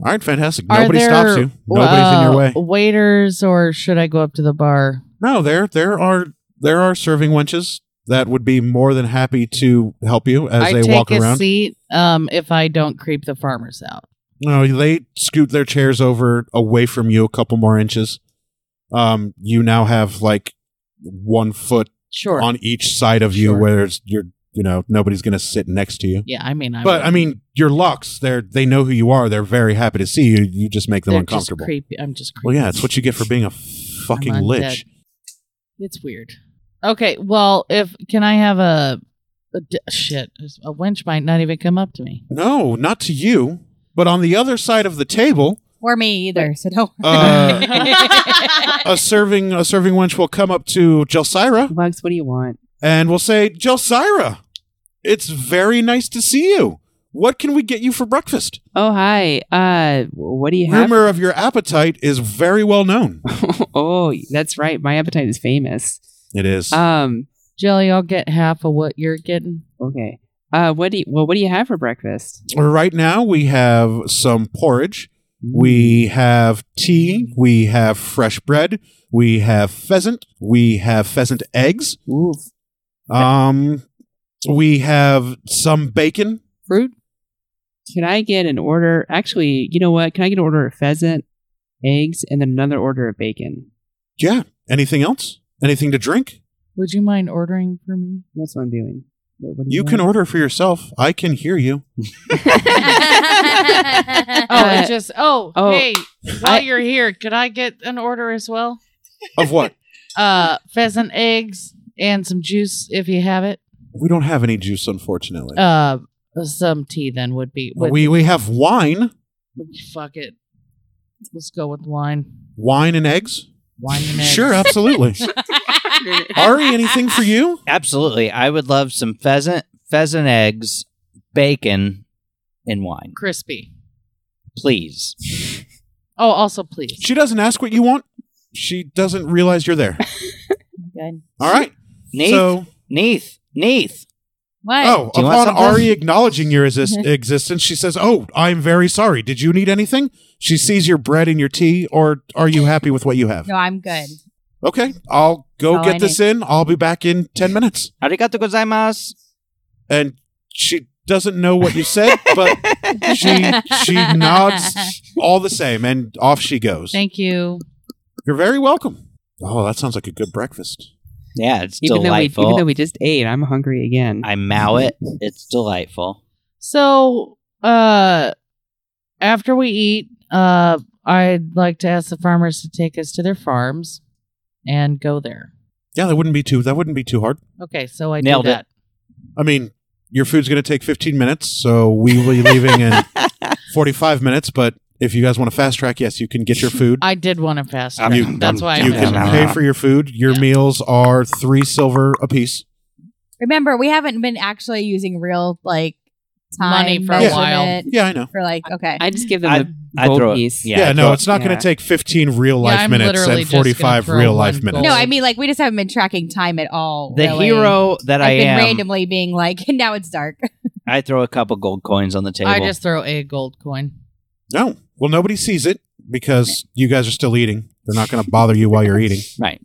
All right, fantastic.
Are
Nobody
there,
stops you. Nobody's in your
uh,
way.
Waiters, or should I go up to the bar?
No, there there are there are serving wenches that would be more than happy to help you as
I
they
take
walk
a
around.
seat um, if I don't creep the farmers out.
No, they scoot their chairs over away from you a couple more inches. Um, you now have like one foot
Sure.
on each side of you,
Sure.
where it's, you're you know nobody's gonna sit next to you.
yeah, I mean, I
but I
would-
mean, your locks they are they know who you are. They're very happy to see you. You just make them
they're
uncomfortable.
Just creepy. I'm just creepy.
Well, yeah, it's what you get for being a fucking
I'm
lich.
undead. It's weird. Okay, well, if can I have a, a d- shit? A wench might not even come up to me.
No, not to you. But on the other side of the table,
Or me either, so don't worry.
uh, a serving a serving wench will come up to Jelsira
Bugs, what do you want?
and will say, "Jelsira, it's very nice to see you. What can we get you for breakfast?
Oh, hi. Uh, what do you have?
Rumor of your appetite is very well known.
oh, that's right. My appetite is famous.
It is.
Um,
Jelly, I'll get half of what you're getting.
okay. Uh, what do you, well, what do you have for breakfast?
right now we have some porridge, we have tea, we have fresh bread, we have pheasant, we have pheasant eggs.
Ooh,
Um, we have some bacon.
Fruit?
can I get an order? Actually, you know what? Can I get an order of pheasant, eggs, and then another order of bacon?
Yeah. Anything else? Anything to drink?
Would you mind ordering for me?
That's what I'm doing. What, what do
You
want?
can order for yourself. I can hear you.
Oh,
Uh,
I just oh,
oh,
hey, while
I-
you're here, could I get an order as well?
Of what?
Uh, pheasant eggs and some juice if you have it.
we don't have any juice, unfortunately.
Uh, some tea then would be. Would,
we we have wine,
fuck it. Let's go with wine.
wine and eggs.
Wine and eggs.
Sure, absolutely. Ari, anything for you?
Absolutely. I would love some pheasant, pheasant eggs, bacon, and wine.
crispy.
Please.
Oh, also please.
She doesn't ask what you want. She doesn't realize you're there.
Good.
All right.
Neath,
So,
Neath, Neath.
What?
oh,
Do you want
upon
something?
Ari acknowledging your exis- existence, she says, "Oh, I'm very sorry. Did you need anything?" She sees your bread and your tea, or are you happy with what you have?
No, I'm good.
Okay, I'll go
All
get
I
this in. I'll be back in 10 minutes.
Arigato gozaimasu.
And she doesn't know what you said, but she she nods all the same and off she goes.
Thank you.
You're very welcome. Oh, that sounds like a good breakfast.
Yeah, it's
Even though, we,
delightful.
even though we just ate, I'm hungry again.
I mow it. It's delightful.
So, uh, after we eat, uh, I'd like to ask the farmers to take us to their farms and go there.
Yeah, that wouldn't be too that wouldn't be too hard.
Okay, so I
Nailed
do
it.
that.
I mean, your food's going to take 15 minutes, so we will be leaving in 45 minutes, but if you guys want to fast track, yes, you can get your food.
I did want to fast.
Um,
track.
you-
That's why I
you
fast
can
tracked.
pay for your food. Your
Yeah.
meals are 3 silver apiece.
Remember, we haven't been actually using real like time
Money for a
measurement
while.
Yeah, I know.
For like, okay,
I just give them
I-
the
I
gold
throw it-
piece.
Yeah,
Yeah,
no,
go-
it's not going
yeah.
to take 15 real life
I'm
minutes and
literally just gonna
45
throw
real
one
life minutes.
goal.
no, I mean like we just haven't been tracking time at all.
The
really.
hero that I
I've been
am,
randomly being like, now it's dark.
I throw a couple gold coins on the table.
I just throw a gold coin.
No. Well, nobody sees it because you guys are still eating. They're not going to bother you while you're eating.
Right.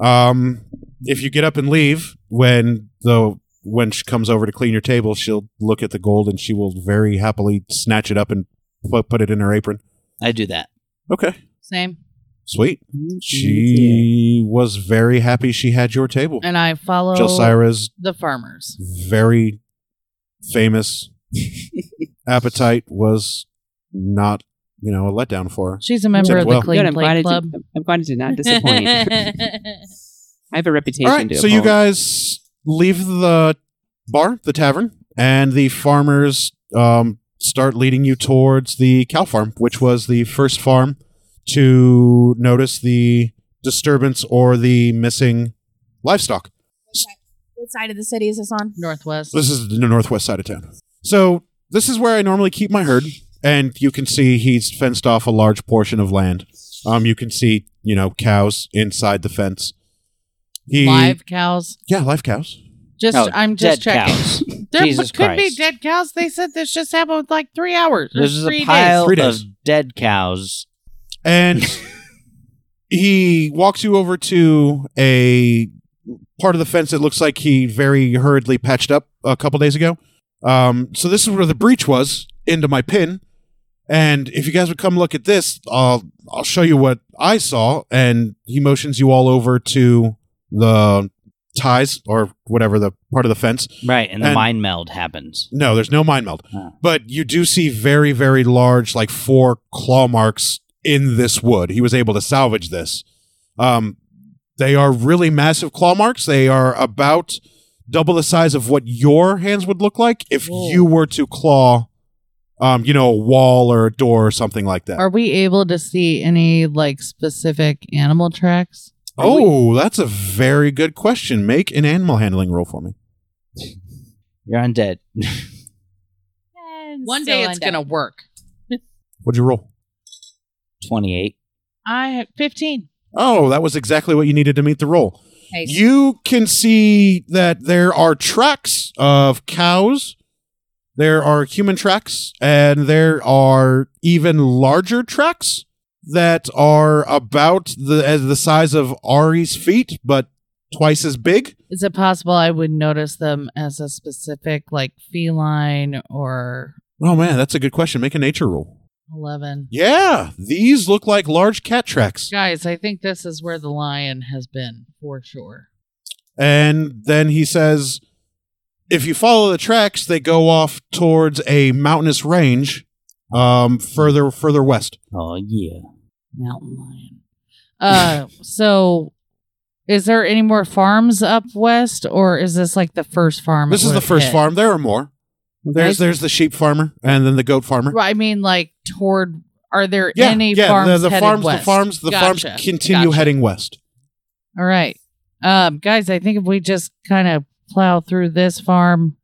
Um, if you get up and leave when the wench comes over to clean your table, she'll look at the gold and she will very happily snatch it up and pu- put it in her apron.
I do that.
Okay.
Same.
Sweet. She was very happy she had your table.
And I follow
Jelsira's
the farmers.
very famous appetite was not, you know, a letdown for her.
She's a member
Said
of
well.
the
Good,
Clean
I'm glad,
Plate
it
Club.
did, I'm glad it did not disappoint. I have a reputation.
All right,
to
so you
uphold.
guys leave the bar, the tavern, and the farmers um, start leading you towards the cow farm, which was the first farm to notice the disturbance or the missing livestock.
what side of the city is this on?
Northwest.
This is the northwest side of town. So this is where I normally keep my herd, and you can see he's fenced off a large portion of land. Um, you can see you know cows inside the fence. He,
Live cows.
yeah, live cows.
Just
No,
I'm
Dead
just checking.
cows.
There
Jesus
could be
Christ.
dead cows. They said this just happened with like three hours. or
There's
three
a pile
Three
of
days.
dead cows.
and he walks you over to a part of the fence that looks like he very hurriedly patched up a couple days ago. Um, so this is where the breach was into my pin, and if you guys would come look at this, I'll I'll show you what I saw. And he motions you all over to the ties or whatever the part of the fence.
Right, and the
And-
mind meld happens.
No, there's no mind meld.
Ah.
But you do see very, very large, like four claw marks in this wood. He was able to salvage this. Um, they are really massive claw marks. They are about double the size of what your hands would look like if you were to claw, um, you know, a wall or a door or something like that.
Are we able to see any like specific animal tracks?
oh, that's a very good question. Make an animal handling roll for me.
You're undead.
And
One
still
day it's
undead.
gonna work.
What'd you roll?
28.
I have fifteen.
Oh, that was exactly what you needed to meet the roll.
Okay, so
You can see that there are tracks of cows. There are human tracks, and there are even larger tracks that are about the as the size of Ari's feet, but twice as big.
Is it possible I would notice them as a specific like feline or
Oh man, that's a good question. Make a nature roll.
eleven?
Yeah, these look like large cat tracks.
Guys, I think this is where the lion has been for sure.
And then he says, if you follow the tracks, they go off towards a mountainous range um, further further west.
Oh, yeah.
Mountain lion. Uh, so is there any more farms up west, or is this like the first farm?
This is
we're
the first
at?
farm. There are more. There's
Okay.
there's the sheep farmer and then the goat farmer.
Well, I mean, like toward. Are there
Yeah,
any
yeah.
farms?
the, the
headed
farms,
west?
the farms, the farms
Gotcha,
continue
gotcha.
heading west.
All right, um, guys. I think if we just kind of plow through this farm,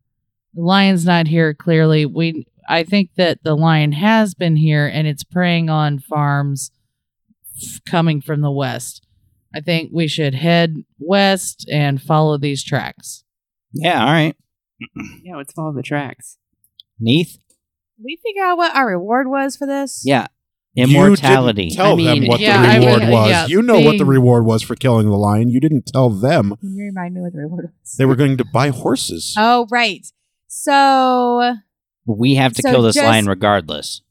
the lion's not here. Clearly, we. I think that the lion has been here and it's preying on farms f- coming from the west. I think we should head west and follow these tracks.
Yeah, all right.
Yeah, let's follow the tracks.
Neath?
we figure out what our reward was for this.
Yeah.
You
Immortality.
didn't tell
I mean,
them what
yeah,
the
I
reward
mean,
was.
yeah,
you know what the
being-
reward was for killing the lion. You didn't tell them
Can you remind me what the reward was?
they were going to buy horses.
Oh, right. So,
we have to
So
kill this
just-
lion regardless.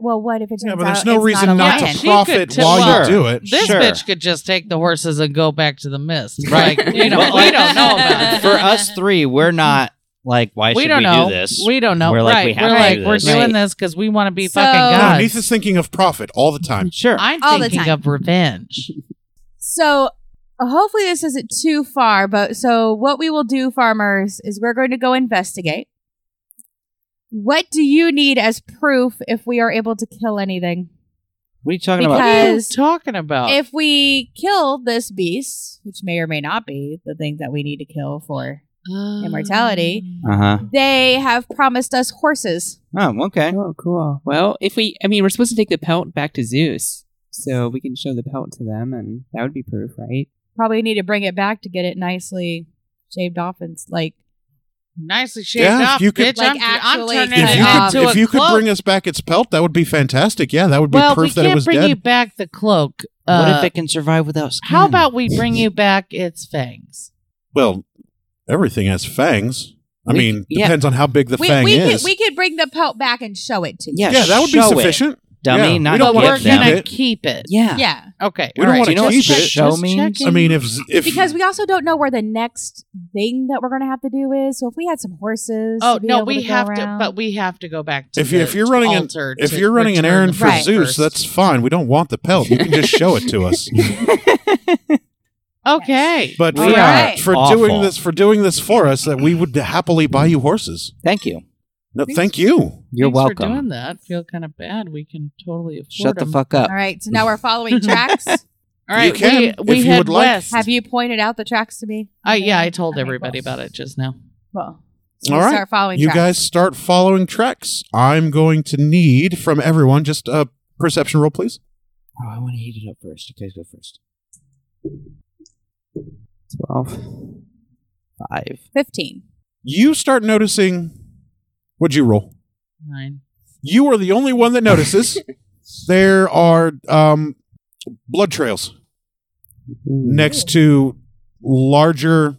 well, what if it turns
yeah, but
out
there's no
it's
reason
not,
not,
a
lion.
to
She could
profit
tell-
while you
Sure.
do it.
This
Sure.
bitch could just take the horses and go back to the mist.
Right.
Like, you know,
Well,
we don't know about it.
For us three, we're not like, why
we
should
don't
we
know.
do this?
We don't know.
We're like,
right.
we have
we're
to
like,
do
we're
this.
doing this because we want to be
So-
fucking
No,
No,
gods.
Neith is thinking of profit all the time.
sure.
I'm
All the
thinking
time.
of revenge.
So uh, hopefully this isn't too far, but so what we will do, farmers, is we're going to go investigate. What do you need as proof if we are able to kill anything?
What are you talking
What
about?
are you
Because
talking about?
If we kill this beast, which may or may not be the thing that we need to kill for,
Um,
immortality-
Uh huh.
they have promised us horses.
Oh, okay.
Oh, cool. Well, if we, I mean, we're supposed to take the pelt back to Zeus, so we can show the pelt to them, and that would be proof, right?
Probably need to bring it back to get it nicely shaved off and s- like
Nicely shaved
Yeah, if
off,
you could-
bitch. I'm,
Like,
I'm
actually-
turning
If
it
you
into
could,
Um, a
if you could
cloak.
bring us back its pelt, that would be fantastic. Yeah, that would be
well, we
proof that
can't
it was
bring
dead.
you back the cloak.
what
Uh,
if it can survive without skin?
how about we bring you back its fangs?
Well, everything has fangs. I
We-
mean,
yeah.
depends on how big the
we,
fang
we
is.
could we could bring the pelt back and show it to you.
Yeah,
yeah, that would be
show it,
sufficient.
dummy,
Yeah,
not
we don't
But
wanna
we're
give them.
gonna
it.
keep it.
Yeah.
Yeah.
Okay.
We don't
all
wanna
right.
Do you know
Just
what
check-
show
just
means?
checking.
I mean, if if
because we also don't know where the next thing that we're going to have to do is. So if we had some horses,
Oh
to be
no,
able to
we
go
have to,
around-
but we have to go back to.
If you-
the
if you're running an-
altar
if
to
you're running an
return
errand
the
for
Right.
Zeus,
first.
that's fine. We don't want the pelt. You can just show it to us.
okay.
But
We
for,
are
for doing
awful.
this for doing this for us, that we would happily buy you horses.
Thank you.
No, thank you.
You're
Thanks For doing
welcome.
that, I feel kind of bad. We can totally afford.
Shut the
'em.
fuck up.
all right. So now we're following tracks.
All right,
You can,
we, we
if you
head
would like.
west.
Have you pointed out the tracks to me?
Uh, yeah, I told
Okay,
everybody
cool.
about it just now.
Well,
All
we'll
right.
Start following
You
tracks.
guys start following tracks. I'm going to need from everyone just a perception roll, please.
Oh, I want to heat it up first. You guys go first.
Twelve.
Five.
Fifteen.
You start noticing. What'd you roll?
Nine.
You are the only one that notices. there are um, blood trails next to larger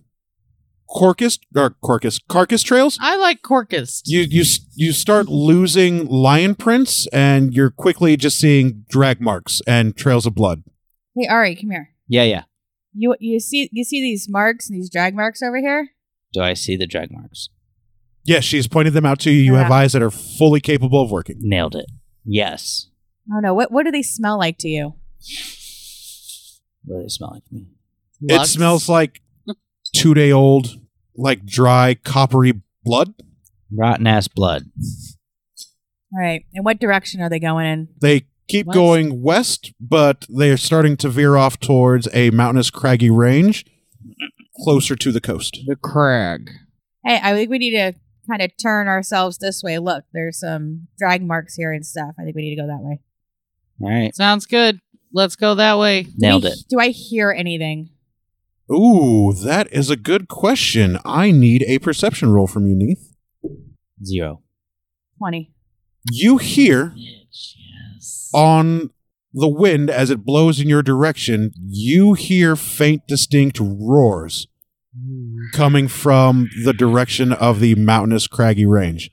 corcus or corcus carcass trails.
I like Corcus.
You you s- you start losing lion prints, and you're quickly just seeing drag marks and trails of blood.
Hey Ari, come here.
Yeah, yeah.
You you see you see these marks and these drag marks over here?
Do I see the drag marks?
Yes, she's pointed them out to you. You have
Yeah.
eyes that are fully capable of working.
Nailed it. Yes.
I don't know. Oh, What what do they smell like to you?
What do they smell like to me?
It smells like two day old, like dry coppery blood.
Rotten ass blood.
All right. In what direction are they going in?
They keep
West.
going west, but they are starting to veer off towards a mountainous, craggy range closer to the coast.
the crag.
Hey, I think we need to kind of turn ourselves this way. Look, there's some drag marks here and stuff. I think we need to go that way.
All right.
Sounds good. Let's go that way.
Nailed
do I,
it.
Do I hear anything?
Ooh, that is a good question. I need a perception roll from you, Neith.
Zero.
Twenty.
You hear
Yes.
on the wind as it blows in your direction, you hear faint, distinct roars coming from the direction of the mountainous, craggy range.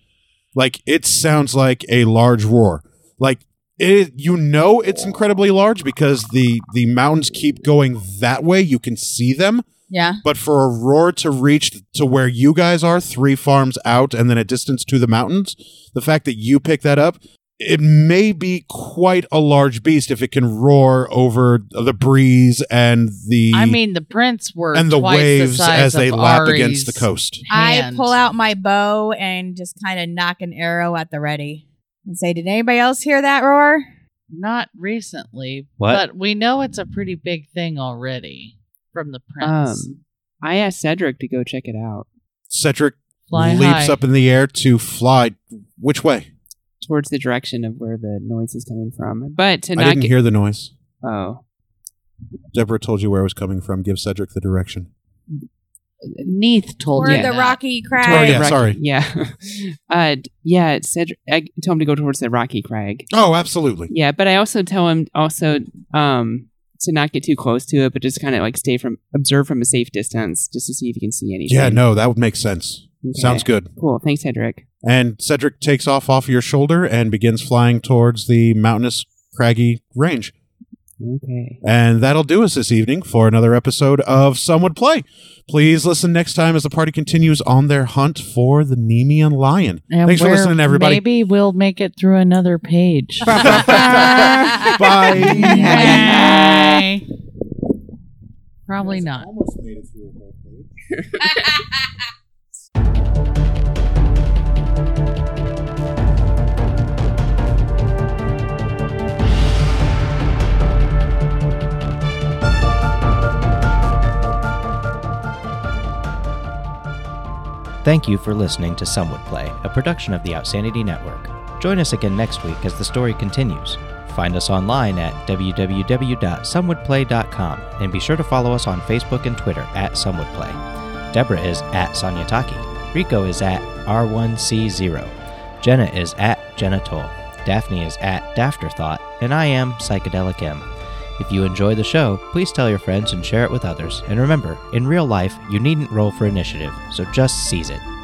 Like it sounds like a large roar. Like it, you know, it's incredibly large because the the mountains keep going that way. You can see them,
Yeah.
but for a roar to reach to where you guys are, three farms out, and then a distance to the mountains, the fact that you pick that up, it may be quite a large beast if it can roar over the breeze and the
I mean, the prints were
and the
twice
waves
size
as they
of
lap
Ari's
against the coast.
I
hand.
pull out my bow and just kind of knock an arrow at the ready and say, "Did anybody else hear that roar?"
Not recently,
What?
but we know it's a pretty big thing already from the prints.
Um, I asked Cedric to go check it out
Cedric
Fly
leaps
high.
up in the air to fly. Which way?
towards the direction of where the noise is coming from, but to
I
not
didn't
get
hear the noise.
oh,
Deborah told you where it was coming from. Give Cedric the direction.
Neath told
Or
me
yeah,
the
that.
rocky crag?
Oh, yeah,
Rocky-
sorry.
yeah, uh, yeah. Cedric, I told him to go towards the rocky crag.
Oh, absolutely.
Yeah, but I also tell him also um to not get too close to it, but just kind of like stay from observe from a safe distance just to see if you can see anything.
Yeah, no, that would make sense.
Okay.
Sounds good.
cool. Thanks, Cedric.
And Cedric takes off off your shoulder and begins flying towards the mountainous, craggy range.
Okay.
And that'll do us this evening for another episode of Some Would Play. Please listen next time as the party continues on their hunt for the Nemean lion.
And
Thanks for
we're-
listening, everybody.
Maybe we'll make it through another page.
Bye.
Bye. Probably not.
Thank you for listening to Some Would Play, a production of the Outsanity Network. Join us again next week as the story continues. Find us online at www.somewouldplay.com and be sure to follow us on Facebook and Twitter at Some Would Play. Deborah is at Sonia Taki. Rico is at R1C0. Jenna is at Jenna Toll. Daphne is at Dafterthought. And I am Psychedelic M. If you enjoy the show, please tell your friends and share it with others. And remember, in real life, you needn't roll for initiative, so just seize it.